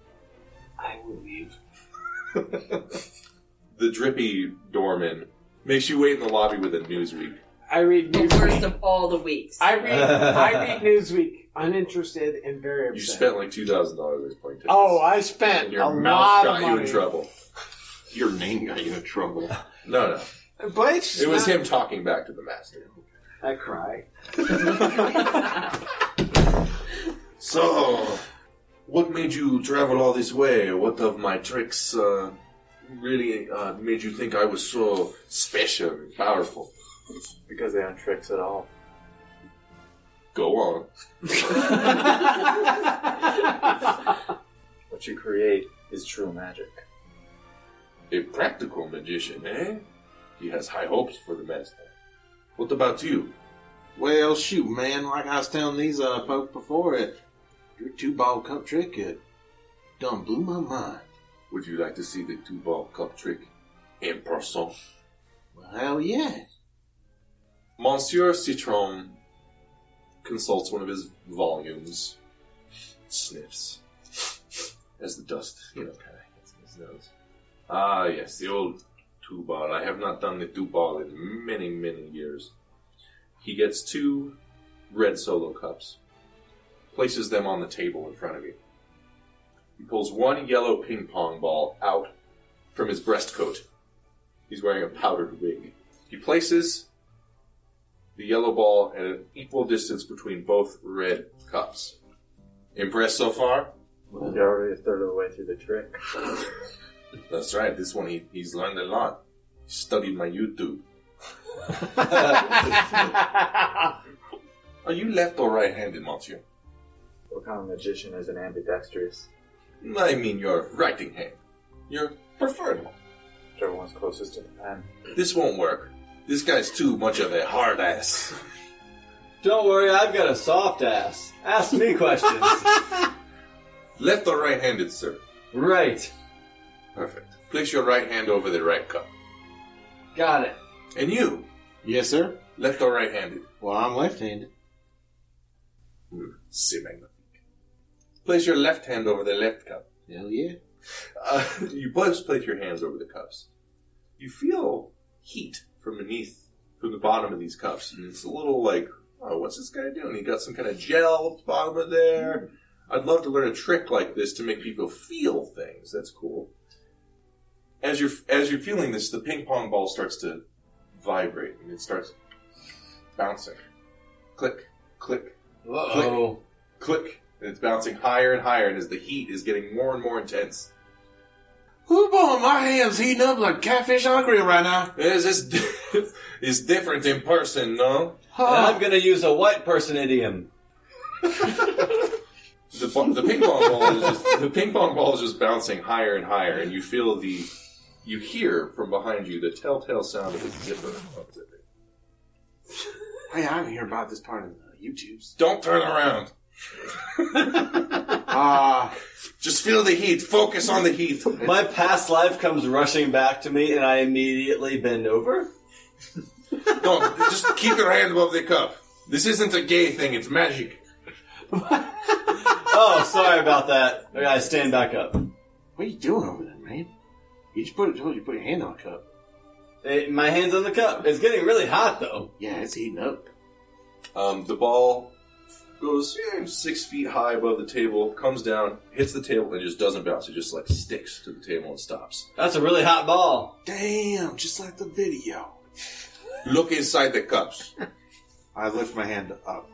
[SPEAKER 1] I will leave.
[SPEAKER 7] The drippy doorman makes you wait in the lobby with a Newsweek.
[SPEAKER 1] I read
[SPEAKER 17] The worst
[SPEAKER 1] Newsweek.
[SPEAKER 17] of all the weeks.
[SPEAKER 1] I read I read Newsweek. Uninterested and very
[SPEAKER 7] You
[SPEAKER 1] upset.
[SPEAKER 7] spent like two thousand dollars this plane tickets.
[SPEAKER 1] oh, I spent
[SPEAKER 7] and your
[SPEAKER 1] a lot
[SPEAKER 7] mouth got
[SPEAKER 1] of
[SPEAKER 7] you
[SPEAKER 1] money.
[SPEAKER 7] in trouble.
[SPEAKER 9] Your name got you in trouble.
[SPEAKER 7] No, no.
[SPEAKER 1] Blanche. is
[SPEAKER 7] It was
[SPEAKER 1] not-
[SPEAKER 7] him talking back to the master.
[SPEAKER 1] I cry.
[SPEAKER 7] So, what made you travel all this way? What of my tricks uh, really uh, made you think I was so special and powerful?
[SPEAKER 3] Because they aren't tricks at all.
[SPEAKER 7] Go on.
[SPEAKER 3] What you create is true magic.
[SPEAKER 7] A practical magician, eh? He has high hopes for the master. What about you?
[SPEAKER 9] Well, shoot, man. Like I was telling these uh, folks before, it, your two ball cup trick it done blew my mind.
[SPEAKER 7] Would you like to see the two ball cup trick in person?
[SPEAKER 9] Well, hell yeah.
[SPEAKER 7] Monsieur Citron consults one of his volumes, sniffs as the dust, you know, kind of hits his nose. Ah, yes, the old two ball. I have not done the two ball in many, many years. He gets two red solo cups, places them on the table in front of you. He pulls one yellow ping pong ball out from his breast coat. He's wearing a powdered wig. He places the yellow ball at an equal distance between both red cups. Impressed so far?
[SPEAKER 5] Well, you're already a third of the way through the trick.
[SPEAKER 7] That's right. This one he, he's learned a lot. He studied my YouTube. Are you left or right-handed, Monsieur?
[SPEAKER 5] What kind of magician is an ambidextrous?
[SPEAKER 7] I mean your writing hand. Your preferred one.
[SPEAKER 5] Whichever one's closest to the pen.
[SPEAKER 7] This won't work. This guy's too much of a hard ass.
[SPEAKER 1] Don't worry, I've got a soft ass. Ask me questions.
[SPEAKER 7] Left or right-handed, sir?
[SPEAKER 1] Right.
[SPEAKER 7] Perfect. Place your right hand over the right cup.
[SPEAKER 1] Got it.
[SPEAKER 7] And you?
[SPEAKER 25] Yes, sir.
[SPEAKER 7] Left or right-handed?
[SPEAKER 25] Well, I'm left-handed.
[SPEAKER 7] Hmm. C'est magnifique. Place your left hand over the left cup.
[SPEAKER 25] Hell yeah.
[SPEAKER 7] Uh, you both place your hands over the cups. You feel heat from beneath, from the bottom of these cups, and it's a little like, oh, what's this guy doing? He got some kind of gel at the bottom of there. I'd love to learn a trick like this to make people feel things. That's cool. As you're as you're feeling this, the ping pong ball starts to vibrate and it starts bouncing. Click, click,
[SPEAKER 1] Uh-oh.
[SPEAKER 7] click, click, and it's bouncing higher and higher. And as the heat is getting more and more intense,
[SPEAKER 25] Who boy, my hand's heating up like catfish on grill right now.
[SPEAKER 7] It's, it's, it's different in person, no?
[SPEAKER 1] And I'm gonna use a white person idiom.
[SPEAKER 7] The, bu- the ping pong ball is just, the ping pong ball is just bouncing higher and higher, and you feel the you hear from behind you the telltale sound of a zipper.
[SPEAKER 25] Hey, I didn't hear about this part of uh, the YouTube's.
[SPEAKER 7] Don't turn around.
[SPEAKER 25] Ah,
[SPEAKER 7] just feel the heat. Focus on the heat.
[SPEAKER 1] My past life comes rushing back to me, and I immediately bend over.
[SPEAKER 7] Don't just keep your hand above the cup. This isn't a gay thing. It's magic.
[SPEAKER 1] Oh, sorry about that. Okay, I stand back up.
[SPEAKER 25] What are you doing over there, man? You just put told you to put your hand on a cup.
[SPEAKER 1] Eh, my hand's on the cup. It's getting really hot, though.
[SPEAKER 25] Yeah, it's heating up.
[SPEAKER 7] Um, the ball goes eh, six feet high above the table, comes down, hits the table, and just doesn't bounce. It just like sticks to the table and stops.
[SPEAKER 1] That's a really hot ball.
[SPEAKER 25] Damn, just like the video.
[SPEAKER 7] Look inside the cups.
[SPEAKER 25] I lift my hand up.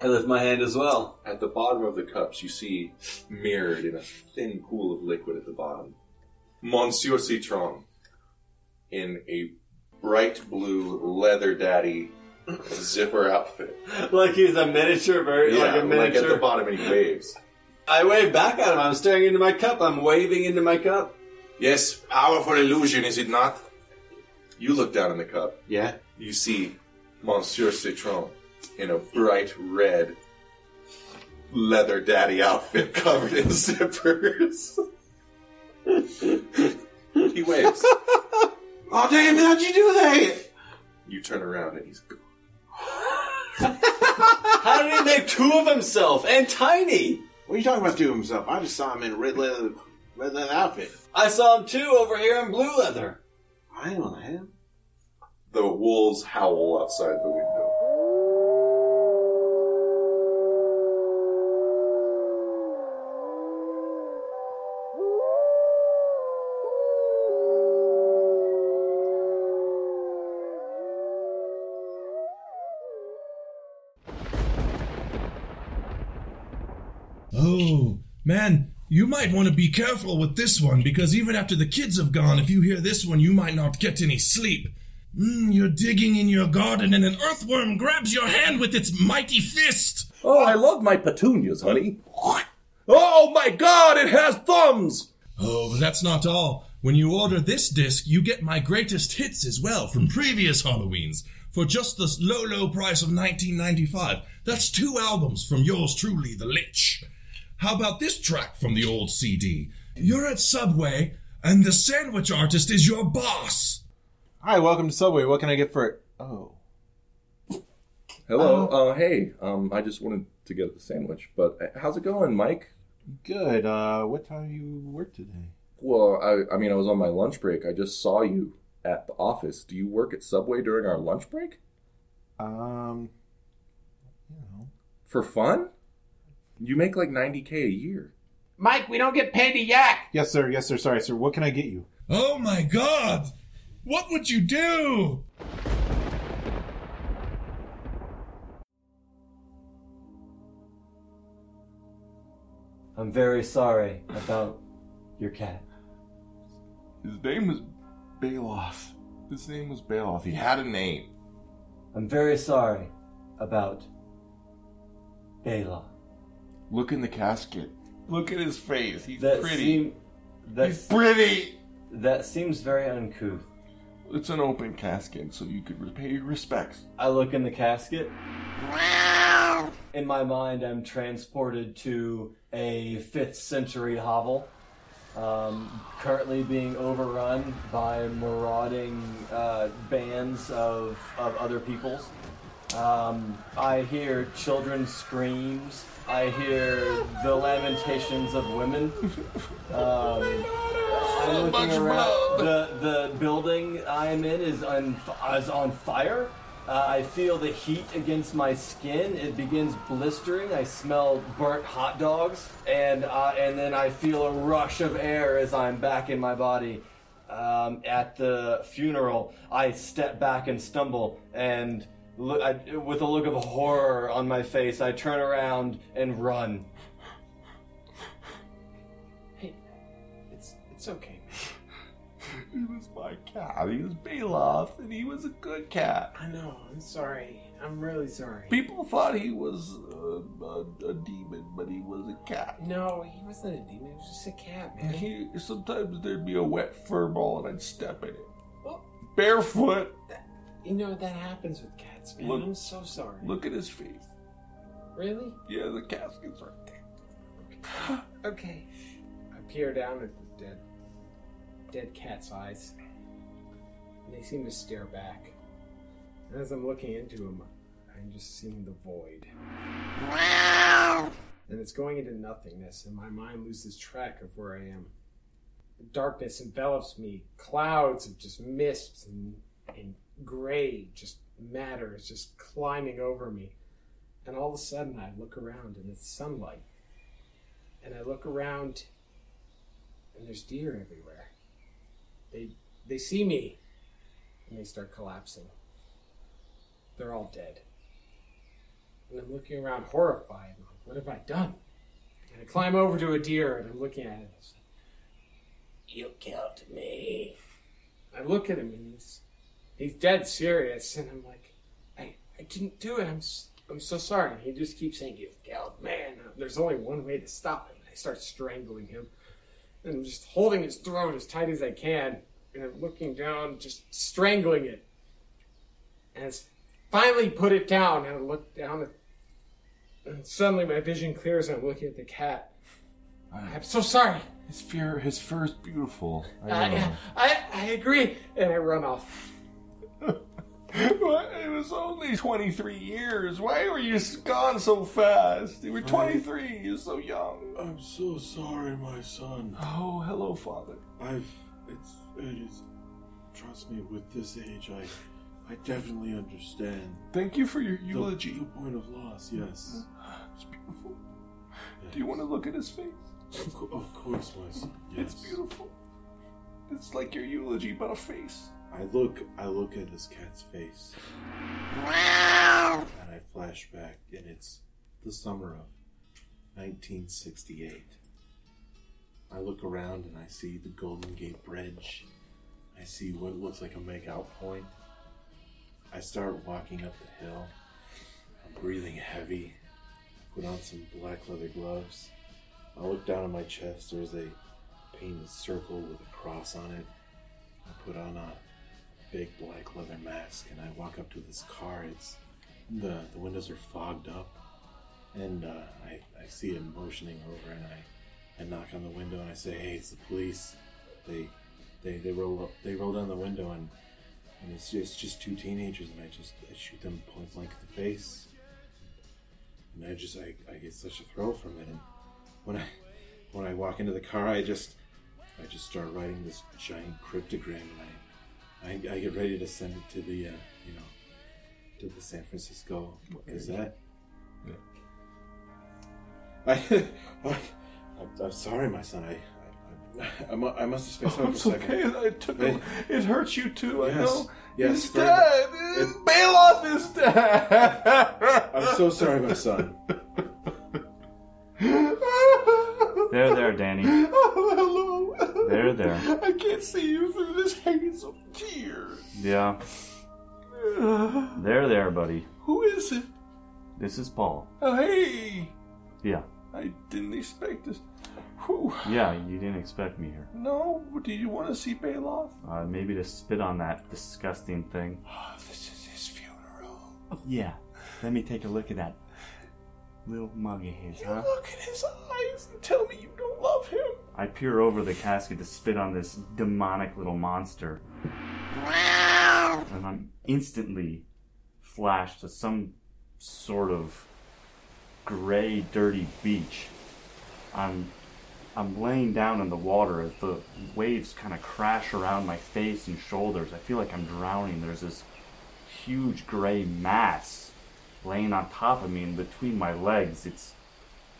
[SPEAKER 1] I lift my hand as well.
[SPEAKER 7] At the bottom of the cups, you see mirrored in a thin pool of liquid at the bottom, Monsieur Citron in a bright blue leather daddy zipper outfit.
[SPEAKER 1] Like he's a miniature bird.
[SPEAKER 7] Yeah,
[SPEAKER 1] like a miniature.
[SPEAKER 7] at the bottom, and he waves.
[SPEAKER 1] I wave back at him. I'm staring into my cup. I'm waving into my cup.
[SPEAKER 7] Yes, powerful illusion, is it not? You look down in the cup.
[SPEAKER 25] Yeah.
[SPEAKER 7] You see Monsieur Citron in a bright red leather daddy outfit covered in zippers. he waves.
[SPEAKER 25] Oh damn, how'd you do that?
[SPEAKER 7] You turn around and he's gone.
[SPEAKER 1] How did he make two of himself and Tiny?
[SPEAKER 25] What are you talking about to himself? I just saw him in a red leather, red leather outfit.
[SPEAKER 1] I saw him too over here in blue leather.
[SPEAKER 25] I don't have.
[SPEAKER 7] The wolves howl outside the window.
[SPEAKER 4] Oh, man, you might want to be careful with this one because even after the kids have gone, if you hear this one, you might not get any sleep. Mm, you're digging in your garden and an earthworm grabs your hand with its mighty fist.
[SPEAKER 26] Oh, I love my petunias, honey. Oh my god, it has thumbs!
[SPEAKER 4] Oh, but that's not all. When you order this disc, you get my greatest hits as well from previous Halloweens for just the low, low price of 19.95. That's two albums from yours truly, The Lich. How about this track from the old CD? You're at Subway, and the sandwich artist is your boss.
[SPEAKER 9] Hi, welcome to Subway. What can I get for it? Oh.
[SPEAKER 26] Hello, uh, hey, um, I just wanted to get a sandwich, but uh, how's it going, Mike?
[SPEAKER 9] Good. Uh, what time you work today?
[SPEAKER 26] Well, I, I mean, I was on my lunch break. I just saw you at the office. Do you work at Subway during our lunch break?
[SPEAKER 9] Um, you know.
[SPEAKER 26] For fun? You make like 90K a year.
[SPEAKER 27] Mike, we don't get paid to yak.
[SPEAKER 9] Yes, sir. Yes, sir. Sorry, sir. What can I get you?
[SPEAKER 4] Oh my god! What would you do?
[SPEAKER 9] I'm very sorry about your cat.
[SPEAKER 4] His name was Bailoff. His name was Bailoff. He had a name.
[SPEAKER 9] I'm very sorry about Bela.
[SPEAKER 4] Look in the casket. Look at his face. He's
[SPEAKER 9] That
[SPEAKER 4] pretty.
[SPEAKER 9] seem- that He's
[SPEAKER 4] pretty.
[SPEAKER 9] That seems very uncouth.
[SPEAKER 4] It's an open casket, so you could repay your respects.
[SPEAKER 9] I look in the casket. In my mind, I'm transported to a 5th century hovel, um, currently being overrun by marauding uh, bands of, of other peoples. Um, I hear children's screams. I hear the lamentations of women. Um, I'm looking around. The, the building I'm in is on, is on fire. Uh, I feel the heat against my skin. It begins blistering. I smell burnt hot dogs, and uh, and then I feel a rush of air as I'm back in my body. Um, at the funeral, I step back and stumble, and look, I, with a look of horror on my face, I turn around and run.
[SPEAKER 28] It's it's okay.
[SPEAKER 4] He was my cat. He was Bailoff, and he was a good cat.
[SPEAKER 1] I know. I'm sorry. I'm really sorry.
[SPEAKER 4] People thought he was uh, a, a demon, but he was a cat.
[SPEAKER 1] No, he wasn't a demon. He was just a cat, man.
[SPEAKER 4] And he sometimes there'd be a wet fur ball, and I'd step in it, barefoot.
[SPEAKER 1] You know that happens with cats, man.
[SPEAKER 4] Look-
[SPEAKER 1] I'm so sorry.
[SPEAKER 4] Look at his face.
[SPEAKER 1] Really?
[SPEAKER 4] Yeah, the casket's right there.
[SPEAKER 1] Okay. I peer down at the dead, dead cat's eyes. And they seem to stare back. And as I'm looking into them, I'm just seeing the void. And it's going into nothingness, and my mind loses track of where I am. The darkness envelops me. Clouds of just mist and, and gray, just matter is just climbing over me. And all of a sudden, I look around, and it's sunlight and I look around, and there's deer everywhere. They they see me, and they start collapsing. They're all dead, and I'm looking around horrified. I'm like, what have I done? And I climb over to a deer, and I'm looking at it. It's like, you killed me. I look at him, and he's he's dead serious, and I'm like, I I didn't do it. I'm s- I'm so sorry. And he just keeps saying you've killed me. And uh, there's only one way to stop it. I start strangling him, and I'm just holding his throat as tight as I can, and I'm looking down, just strangling it. And I s- finally put it down, and I look down, at, and suddenly my vision clears, and I'm looking at the cat. I'm so sorry.
[SPEAKER 4] His fur, his fur is beautiful. I
[SPEAKER 1] I-
[SPEAKER 4] know.
[SPEAKER 1] I I agree, and I run off.
[SPEAKER 4] What? It was only 23 years. Why were you gone so fast? You were 23. You're so young.
[SPEAKER 7] I'm so sorry, my son.
[SPEAKER 4] Oh, hello, father.
[SPEAKER 7] I've it's it is. Trust me, with this age, I I definitely understand.
[SPEAKER 4] Thank you for your
[SPEAKER 7] the-
[SPEAKER 4] eulogy.
[SPEAKER 7] The, point of loss, yes.
[SPEAKER 4] It's beautiful. Do you want to look at his face?
[SPEAKER 7] Of, co- of course, my son.
[SPEAKER 4] It's
[SPEAKER 7] Yes.
[SPEAKER 4] beautiful. It's like your eulogy, but a face.
[SPEAKER 7] I look I look at this cat's face. And I flash back, and it's the summer of 1968. I look around and I see the Golden Gate Bridge. I see what looks like a makeout point. I start walking up the hill. I'm breathing heavy. I put on some black leather gloves. I look down at my chest. There's a painted circle with a cross on it. I put on a big black leather mask and I walk up to this car. It's the the windows are fogged up, and uh, I I see it motioning over, and I I knock on the window and I say, "Hey, it's the police." They they they roll up, they roll down the window and and it's just, it's just two teenagers and I just I shoot them point blank in the face. And I just I, I get such a thrill from it and when I when I walk into the car I just I just start writing this giant cryptogram and I I, I get ready to send it to the uh, you know to the San Francisco Gazette. I, I, I'm, I'm sorry, my son. I, I, I, mu- I must have spaced out
[SPEAKER 4] it's
[SPEAKER 7] for a second.
[SPEAKER 4] okay. It took.
[SPEAKER 9] Eh.
[SPEAKER 7] Hey.
[SPEAKER 4] A, it hurts you too.
[SPEAKER 7] Yes.
[SPEAKER 4] I know.
[SPEAKER 7] Yes,
[SPEAKER 4] He's
[SPEAKER 7] very
[SPEAKER 4] dead. Bailoff is dead.
[SPEAKER 7] I'm so sorry, my son.
[SPEAKER 3] There, there, Danny.
[SPEAKER 9] Oh, hello.
[SPEAKER 3] There, there.
[SPEAKER 9] I can't see you through this haze of tears.
[SPEAKER 3] Yeah.
[SPEAKER 9] Uh,
[SPEAKER 3] There, there, buddy.
[SPEAKER 9] who is it?
[SPEAKER 3] This is Paul.
[SPEAKER 9] Oh, hey.
[SPEAKER 3] Yeah.
[SPEAKER 9] I didn't expect this.
[SPEAKER 3] Yeah, you didn't expect me here.
[SPEAKER 9] No, do you want to see Bailoff?
[SPEAKER 3] Uh, maybe to spit on that disgusting thing.
[SPEAKER 9] This is his funeral.
[SPEAKER 3] Yeah. Let me take a look at that little mug of his, huh?
[SPEAKER 9] Look at his eyes and tell me you don't love him.
[SPEAKER 3] I peer over the casket to spit on this demonic little monster. And I'm instantly flashed to some sort of gray, dirty beach. I'm I'm laying down in the water as the waves kind of crash around my face and shoulders. I feel like I'm drowning. There's this huge gray mass laying on top of me and between my legs. It's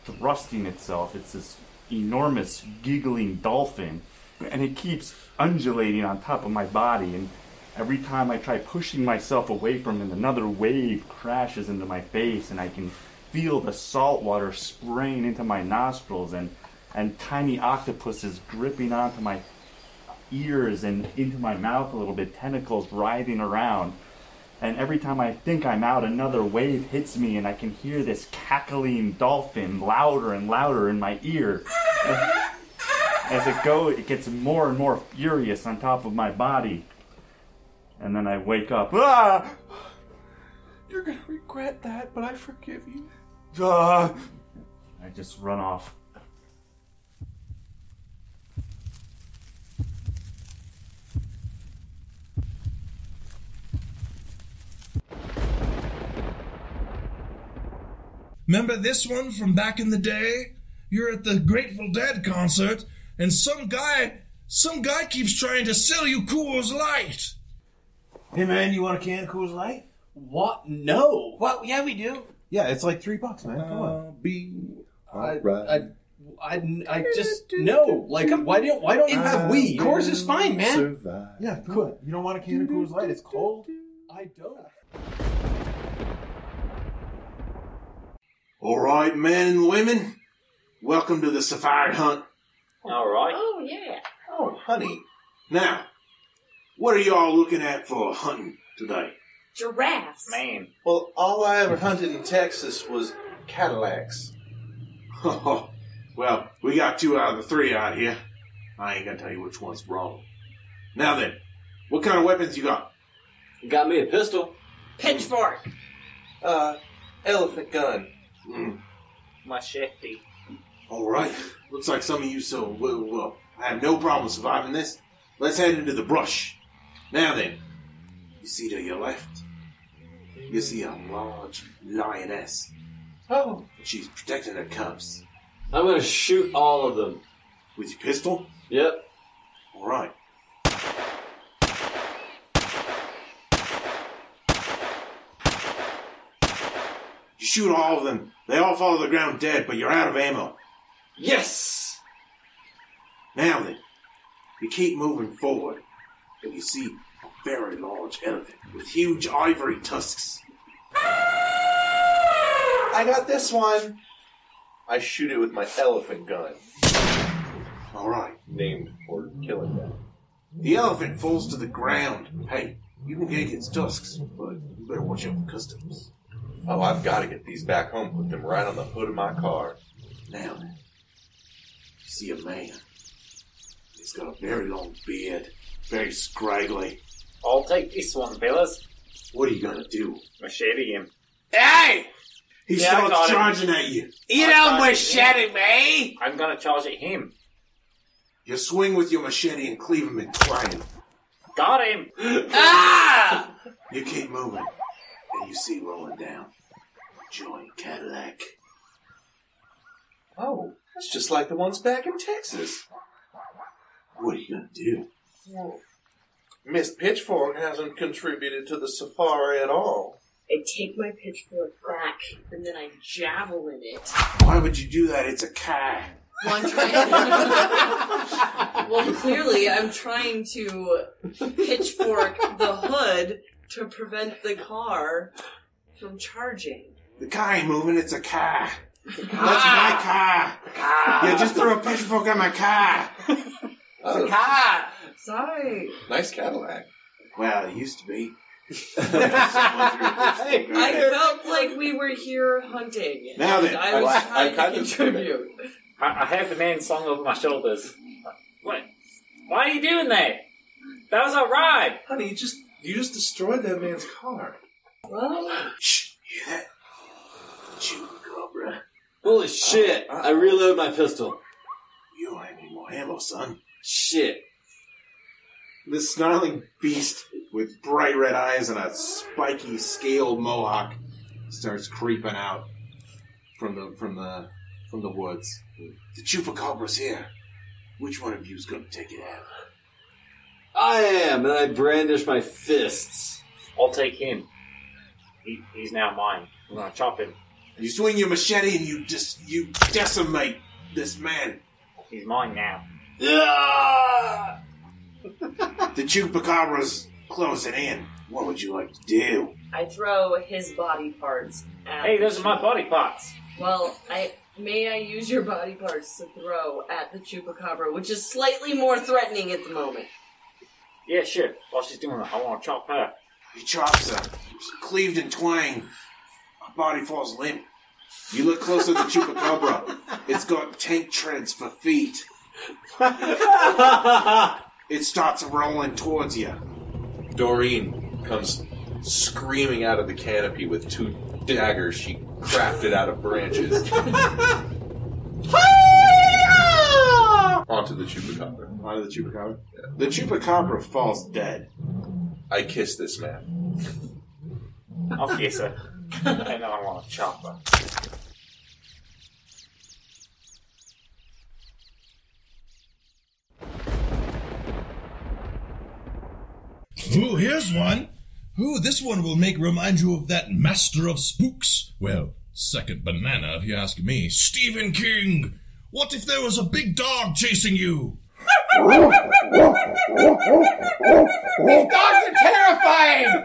[SPEAKER 3] thrusting itself. It's this enormous giggling dolphin, and it keeps undulating on top of my body. And every time I try pushing myself away from it, another wave crashes into my face, and I can feel the salt water spraying into my nostrils and and tiny octopuses gripping onto my ears and into my mouth a little bit, tentacles writhing around. And every time I think I'm out, another wave hits me, and I can hear this cackling dolphin louder and louder in my ear. As it goes, it gets more and more furious on top of my body. And then I wake up. Ah!
[SPEAKER 9] You're gonna regret that, but I forgive you.
[SPEAKER 3] Ah! I just run off.
[SPEAKER 4] Remember this one from back in the day? You're at the Grateful Dead concert, and some guy, some guy keeps trying to sell you Coors Light.
[SPEAKER 29] Hey man, you want a can of Coors Light?
[SPEAKER 30] What? No.
[SPEAKER 29] What? Yeah, we do.
[SPEAKER 31] Yeah, it's like three bucks, man. Come on.
[SPEAKER 9] Be
[SPEAKER 32] I, I, I, I just no. Like, why don't why don't you have weed?
[SPEAKER 29] Uh, Coors is fine, man.
[SPEAKER 31] Yeah, come on. You don't want a can of Coors Light? It's cold.
[SPEAKER 30] I don't.
[SPEAKER 7] All right, men and women, welcome to the safari hunt. All right.
[SPEAKER 17] Oh yeah.
[SPEAKER 7] Oh, honey. Now, what are y'all looking at for hunting today?
[SPEAKER 17] Giraffes. Man.
[SPEAKER 7] Well, all I ever hunted in Texas was Cadillacs. well, we got two out of the three out here. I ain't gonna tell you which one's wrong. Now then, what kind of weapons you got?
[SPEAKER 32] Got me a pistol.
[SPEAKER 17] Pitchfork.
[SPEAKER 7] Uh, elephant gun.
[SPEAKER 1] Machete.
[SPEAKER 7] All right. Looks like some of you so well, well. I have no problem surviving this. Let's head into the brush. Now then, you see to your left, you see a large lioness.
[SPEAKER 32] Oh.
[SPEAKER 7] And she's protecting her cubs.
[SPEAKER 32] I'm gonna shoot all of them.
[SPEAKER 7] With your pistol?
[SPEAKER 32] Yep.
[SPEAKER 7] All right. You shoot all of them. They all fall to the ground dead, but you're out of ammo. Yes! Now then, you keep moving forward, and you see a very large elephant with huge ivory tusks.
[SPEAKER 33] I got this one. I shoot it with my elephant gun.
[SPEAKER 7] All right.
[SPEAKER 33] Named for killing them.
[SPEAKER 7] The elephant falls to the ground. Hey, you can get its tusks, but you better watch out for customs.
[SPEAKER 33] Oh, I've got to get these back home. Put them right on the hood of my car.
[SPEAKER 7] Now, you see a man. He's got a very long beard, very scraggly.
[SPEAKER 1] I'll take this one, fellas.
[SPEAKER 7] What are you gonna do?
[SPEAKER 1] Machete him.
[SPEAKER 34] Hey!
[SPEAKER 7] He
[SPEAKER 1] Yeah, I got
[SPEAKER 7] starts
[SPEAKER 1] him.
[SPEAKER 7] charging at you.
[SPEAKER 34] You
[SPEAKER 1] I got
[SPEAKER 34] don't
[SPEAKER 1] it.
[SPEAKER 34] machete me!
[SPEAKER 1] I'm gonna charge at him.
[SPEAKER 7] You swing with your machete and cleave him in twain.
[SPEAKER 1] Got him!
[SPEAKER 34] Ah!
[SPEAKER 7] You keep moving, and you see rolling down a giant Cadillac.
[SPEAKER 33] Oh, that's just like the ones back in Texas.
[SPEAKER 7] What are you gonna do?
[SPEAKER 33] Miss Pitchfork hasn't contributed to the safari at all.
[SPEAKER 17] I take my pitchfork back and then I javelin it.
[SPEAKER 7] Why would you do that? It's a car.
[SPEAKER 17] Well, clearly I'm trying to pitchfork the hood to prevent the car from charging.
[SPEAKER 7] The car ain't moving. It's a car. That's my car. Yeah, just threw a pitchfork at my car.
[SPEAKER 35] Oh.
[SPEAKER 17] Ah, sorry.
[SPEAKER 35] Nice Cadillac.
[SPEAKER 7] Well, it used to be.
[SPEAKER 17] I felt like we were here hunting.
[SPEAKER 1] Now
[SPEAKER 17] and
[SPEAKER 1] then,
[SPEAKER 17] I was
[SPEAKER 1] I-
[SPEAKER 17] trying
[SPEAKER 1] I kind
[SPEAKER 17] to
[SPEAKER 1] of-
[SPEAKER 17] contribute.
[SPEAKER 1] I, I have the man slung over my shoulders. What? Why are you doing that? That was our ride.
[SPEAKER 35] Honey, you just you just destroyed that man's car.
[SPEAKER 17] Well,
[SPEAKER 7] Cobra,
[SPEAKER 36] Holy shit! I reload my pistol.
[SPEAKER 7] you don't have any more ammo, son.
[SPEAKER 36] Shit.
[SPEAKER 7] This snarling beast with bright red eyes and a spiky scaled mohawk starts creeping out from the from the from the woods. The chupacabra's here. Which one of you is going to take it out?
[SPEAKER 36] I am, and I brandish my fists.
[SPEAKER 1] I'll take him. He, he's now mine. I'm gonna chop him.
[SPEAKER 7] You swing your machete and you just you decimate this man.
[SPEAKER 1] He's mine now.
[SPEAKER 7] Yeah! the chupacabra's closing in. What would you like to do?
[SPEAKER 17] I throw his body parts. At
[SPEAKER 1] Hey, those are my body parts.
[SPEAKER 17] Well, I may I use your body parts to throw at the chupacabra, which is slightly more threatening at the moment.
[SPEAKER 1] Yeah, sure. While she's doing that, I want to chop her.
[SPEAKER 7] He chops her. She's cleaved and twanged. Her body falls limp. You look closer to the chupacabra. It's got tank treads for feet. it starts rolling towards you.
[SPEAKER 35] Doreen comes screaming out of the canopy with two daggers she crafted out of branches onto the chupacabra.
[SPEAKER 7] Onto the chupacabra? The chupacabra falls dead.
[SPEAKER 35] I kiss this man.
[SPEAKER 1] I'll kiss her. and then I want to chop her.
[SPEAKER 4] Ooh, here's one. Ooh, this one will make remind you of that master of spooks. Well, second banana, if you ask me. Stephen King! What if there was a big dog chasing you?
[SPEAKER 37] These dogs are terrifying!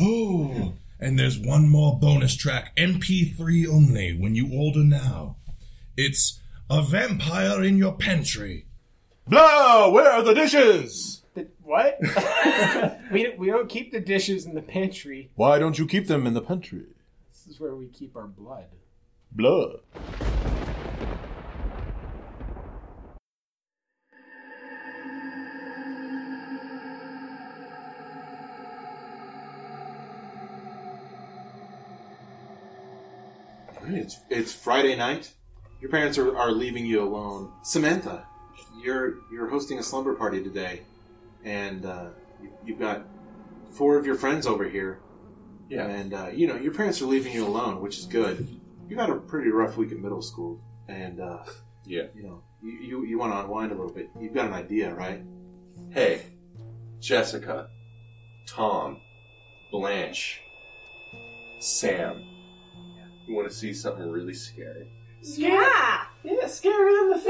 [SPEAKER 4] Oh, and there's one more bonus track, MP3 only, when you order now. It's A Vampire in Your Pantry.
[SPEAKER 9] Blah! Where are the dishes?
[SPEAKER 37] What? we, don't- we don't keep the dishes in the pantry.
[SPEAKER 9] Why don't you keep them in the pantry?
[SPEAKER 37] This is where we keep our blood.
[SPEAKER 9] Blah.
[SPEAKER 7] It's, it's Friday night. Your parents are, are leaving you alone. Samantha, you're you're hosting a slumber party today, and uh, you, you've got four of your friends over here.
[SPEAKER 35] Yeah.
[SPEAKER 7] And uh, you know your parents are leaving you alone, which is good. You've had a pretty rough week in middle school, and uh,
[SPEAKER 35] Yeah.
[SPEAKER 7] you know you, you, you want to unwind a little bit. You've got an idea, right?
[SPEAKER 35] Hey, Jessica, Tom, Blanche, Sam. You want to see something really scary?
[SPEAKER 37] Yeah!
[SPEAKER 7] Yeah, scary in the
[SPEAKER 37] No!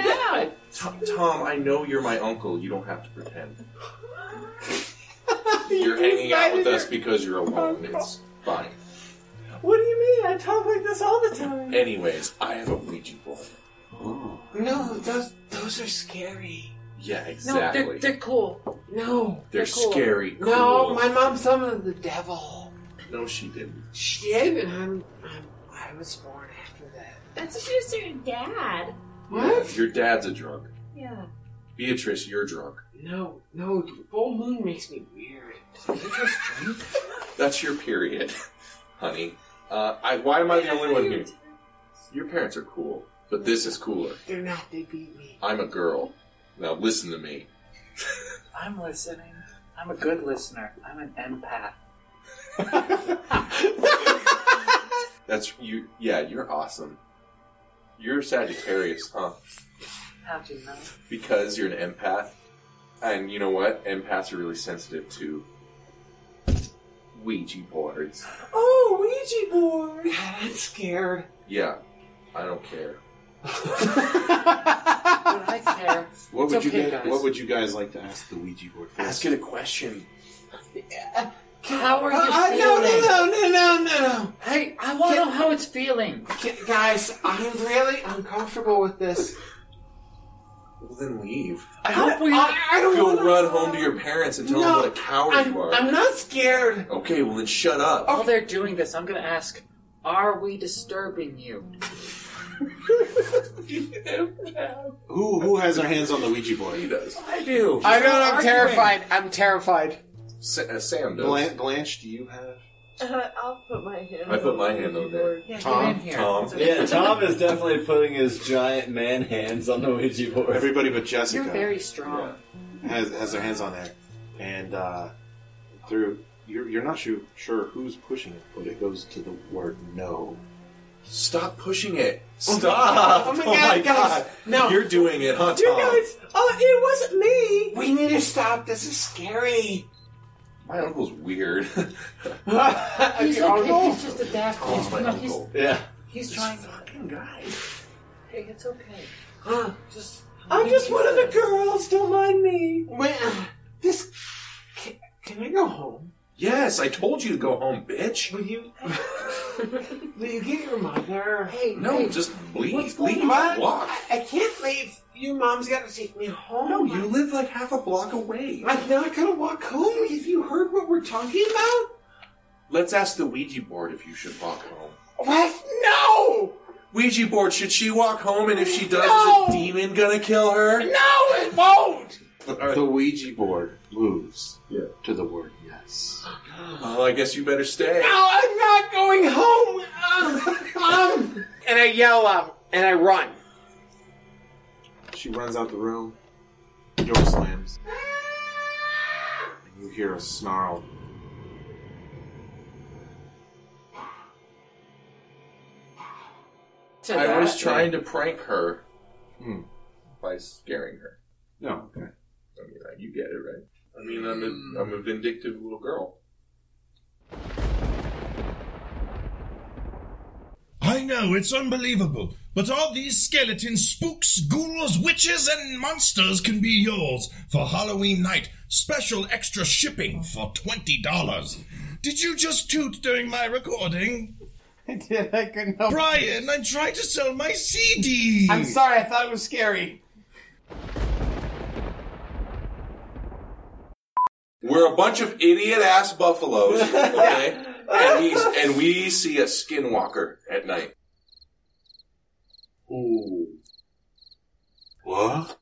[SPEAKER 35] I- Tom, Tom, I know you're my uncle. You don't have to pretend. You're hanging out with us because you're alone. It's fine.
[SPEAKER 37] What do you mean? I talk like this all the time.
[SPEAKER 35] Anyways, I have a Ouija board.
[SPEAKER 37] No, those those are scary.
[SPEAKER 35] Yeah,
[SPEAKER 37] No, they're-
[SPEAKER 35] exactly.
[SPEAKER 37] they're
[SPEAKER 17] cool.
[SPEAKER 37] No,
[SPEAKER 35] They're cool. scary
[SPEAKER 37] No,
[SPEAKER 35] cool.
[SPEAKER 37] my mom summoned the devil.
[SPEAKER 35] No, she didn't.
[SPEAKER 37] She did, and I'm, I'm I was born after that.
[SPEAKER 17] That's what you was your dad.
[SPEAKER 35] What? Your dad's a drunk.
[SPEAKER 17] Yeah.
[SPEAKER 35] Beatrice, you're drunk.
[SPEAKER 37] No, no, the full moon makes me weird.
[SPEAKER 35] That's your period, honey. Uh, I, why am I the only one here? Your parents are cool, but this is cooler.
[SPEAKER 37] They're not. They beat me.
[SPEAKER 35] I'm a girl. Now listen to me.
[SPEAKER 1] I'm listening. I'm a good listener. I'm an empath.
[SPEAKER 35] That's you. Yeah, you're awesome. You're Sagittarius, huh?
[SPEAKER 1] How do you know?
[SPEAKER 35] Because you're an empath, and you know what? Empaths are really sensitive to Ouija boards.
[SPEAKER 37] Oh, Ouija board. God, I'm scared.
[SPEAKER 35] Yeah, I don't care.
[SPEAKER 37] But I care.
[SPEAKER 7] What
[SPEAKER 37] It's
[SPEAKER 7] would you
[SPEAKER 37] okay,
[SPEAKER 7] guys,
[SPEAKER 37] guys.
[SPEAKER 7] What would you guys like to ask the Ouija board? For?
[SPEAKER 35] Ask it a question.
[SPEAKER 37] Uh,
[SPEAKER 17] How are you
[SPEAKER 38] Uh,
[SPEAKER 17] feeling?
[SPEAKER 38] no, no, no, no, no, no, no.
[SPEAKER 17] Hey, I want to know how it's feeling.
[SPEAKER 38] guys, I'm really uncomfortable with this.
[SPEAKER 7] Well, then leave.
[SPEAKER 38] I hope we. I, I don't
[SPEAKER 7] Go
[SPEAKER 38] want
[SPEAKER 7] run home to your parents and tell
[SPEAKER 38] No,
[SPEAKER 7] them what a coward
[SPEAKER 38] I'm-
[SPEAKER 7] you are.
[SPEAKER 38] I'm not scared.
[SPEAKER 7] Okay, well then shut up.
[SPEAKER 17] While they're doing this, I'm going to ask, are we disturbing you?
[SPEAKER 9] Who who has their hands on the Ouija board? He
[SPEAKER 7] does.
[SPEAKER 17] I do.
[SPEAKER 38] I don't. I'm terrified. I'm terrified.
[SPEAKER 7] uh, Sam does.
[SPEAKER 9] Blanche, Blanche, do you have?
[SPEAKER 39] Uh, I'll put my hand.
[SPEAKER 7] I put my hand on there.
[SPEAKER 39] Yeah,
[SPEAKER 9] Tom, Tom.
[SPEAKER 1] Yeah, Tom is definitely putting his giant man hands on the Ouija board.
[SPEAKER 9] Everybody but Jessica.
[SPEAKER 17] You're very strong.
[SPEAKER 9] has, has their hands on there, and uh, through you're, you're not sure sure who's pushing it, but it goes to the word no.
[SPEAKER 7] Stop pushing it.
[SPEAKER 9] Oh my-
[SPEAKER 7] Stop.
[SPEAKER 9] oh my God, guys.
[SPEAKER 7] No. You're doing it, huh, Tom?
[SPEAKER 38] Oh, it wasn't me. We need to stop. This is scary.
[SPEAKER 7] My uncle's weird.
[SPEAKER 17] He's
[SPEAKER 38] Your
[SPEAKER 17] okay.
[SPEAKER 38] uncle?
[SPEAKER 17] He's just a daffy.
[SPEAKER 7] Oh,
[SPEAKER 17] He's,
[SPEAKER 7] my
[SPEAKER 17] no, he's,
[SPEAKER 7] uncle. Yeah.
[SPEAKER 17] he's trying. fucking
[SPEAKER 38] guy.
[SPEAKER 17] Hey, it's okay.
[SPEAKER 38] Huh?
[SPEAKER 17] Just.
[SPEAKER 38] I'm just one of the girls. Don't mind me. Wait, uh, this. Can, can I go home?
[SPEAKER 7] Yes, I told you to go home, bitch.
[SPEAKER 38] Will you? Will you get your mother? Hey,
[SPEAKER 7] No, just leave.
[SPEAKER 38] What's
[SPEAKER 7] leave.
[SPEAKER 38] going on?
[SPEAKER 7] Walk.
[SPEAKER 38] I, I can't leave. Your mom's got to take me home. No,
[SPEAKER 7] you live like half a block away.
[SPEAKER 38] I'm not gonna walk home. Have you heard what we're talking about?
[SPEAKER 7] Let's ask the Ouija board if you should walk home.
[SPEAKER 38] What? No!
[SPEAKER 7] Ouija board, should she walk home? And if she does,
[SPEAKER 38] No!
[SPEAKER 7] is a demon gonna kill her?
[SPEAKER 38] No, it won't.
[SPEAKER 9] The Ouija board moves to the word yes.
[SPEAKER 7] Oh, I guess you better stay.
[SPEAKER 38] No, I'm not going home. Um, um, and I yell out and I run.
[SPEAKER 9] She runs out the room. Door slams. You hear a snarl.
[SPEAKER 17] To
[SPEAKER 7] I
[SPEAKER 17] that.
[SPEAKER 7] was trying to prank her
[SPEAKER 9] Hmm.
[SPEAKER 7] by scaring her. Oh,
[SPEAKER 9] No, okay.
[SPEAKER 7] I mean, uh, you get it, right? I mean, I'm a, I'm a vindictive little girl.
[SPEAKER 4] I know, it's unbelievable, but all these skeletons, spooks, ghouls, witches, and monsters can be yours for Halloween night. Special extra shipping for $20. Did you just toot during my recording? I did, I couldn't help Brian, I'm trying to sell my CD!
[SPEAKER 38] I'm sorry, I thought it was scary.
[SPEAKER 7] We're a bunch of idiot ass buffaloes, okay? and, he's, and we see a skinwalker at night.
[SPEAKER 9] Ooh. What?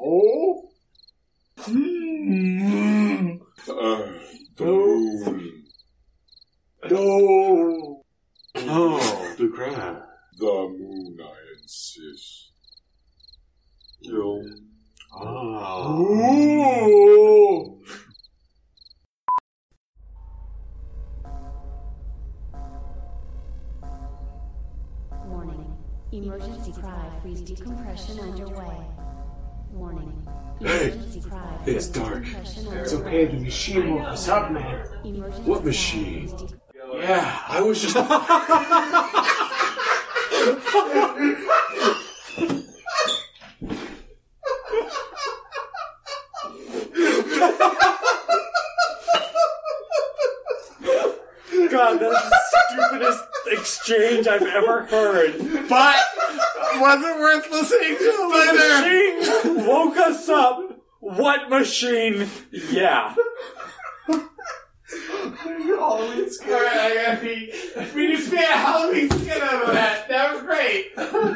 [SPEAKER 7] Oh? Uh, boom.
[SPEAKER 9] No. Oh, the crab.
[SPEAKER 40] The moon, I insist.
[SPEAKER 9] Doom.
[SPEAKER 41] Ah!
[SPEAKER 38] Ooh.
[SPEAKER 41] Warning. Emergency cry freeze decompression underway. Warning.
[SPEAKER 38] Hey,
[SPEAKER 41] Emergency cry
[SPEAKER 38] it's
[SPEAKER 41] freeze
[SPEAKER 38] dark.
[SPEAKER 41] decompression
[SPEAKER 38] It's
[SPEAKER 41] underway.
[SPEAKER 38] okay, the machine woke us up, man.
[SPEAKER 41] Emergency
[SPEAKER 38] What
[SPEAKER 41] cry
[SPEAKER 38] machine?
[SPEAKER 41] freeze de-
[SPEAKER 38] Yeah,
[SPEAKER 7] I was just.
[SPEAKER 3] God, that's the stupidest exchange I've ever heard. But it wasn't worth listening to. The machine woke us up. What machine? Yeah.
[SPEAKER 38] Halloween scare. I gotta pee. We just made a Halloween skin out of that. That was great.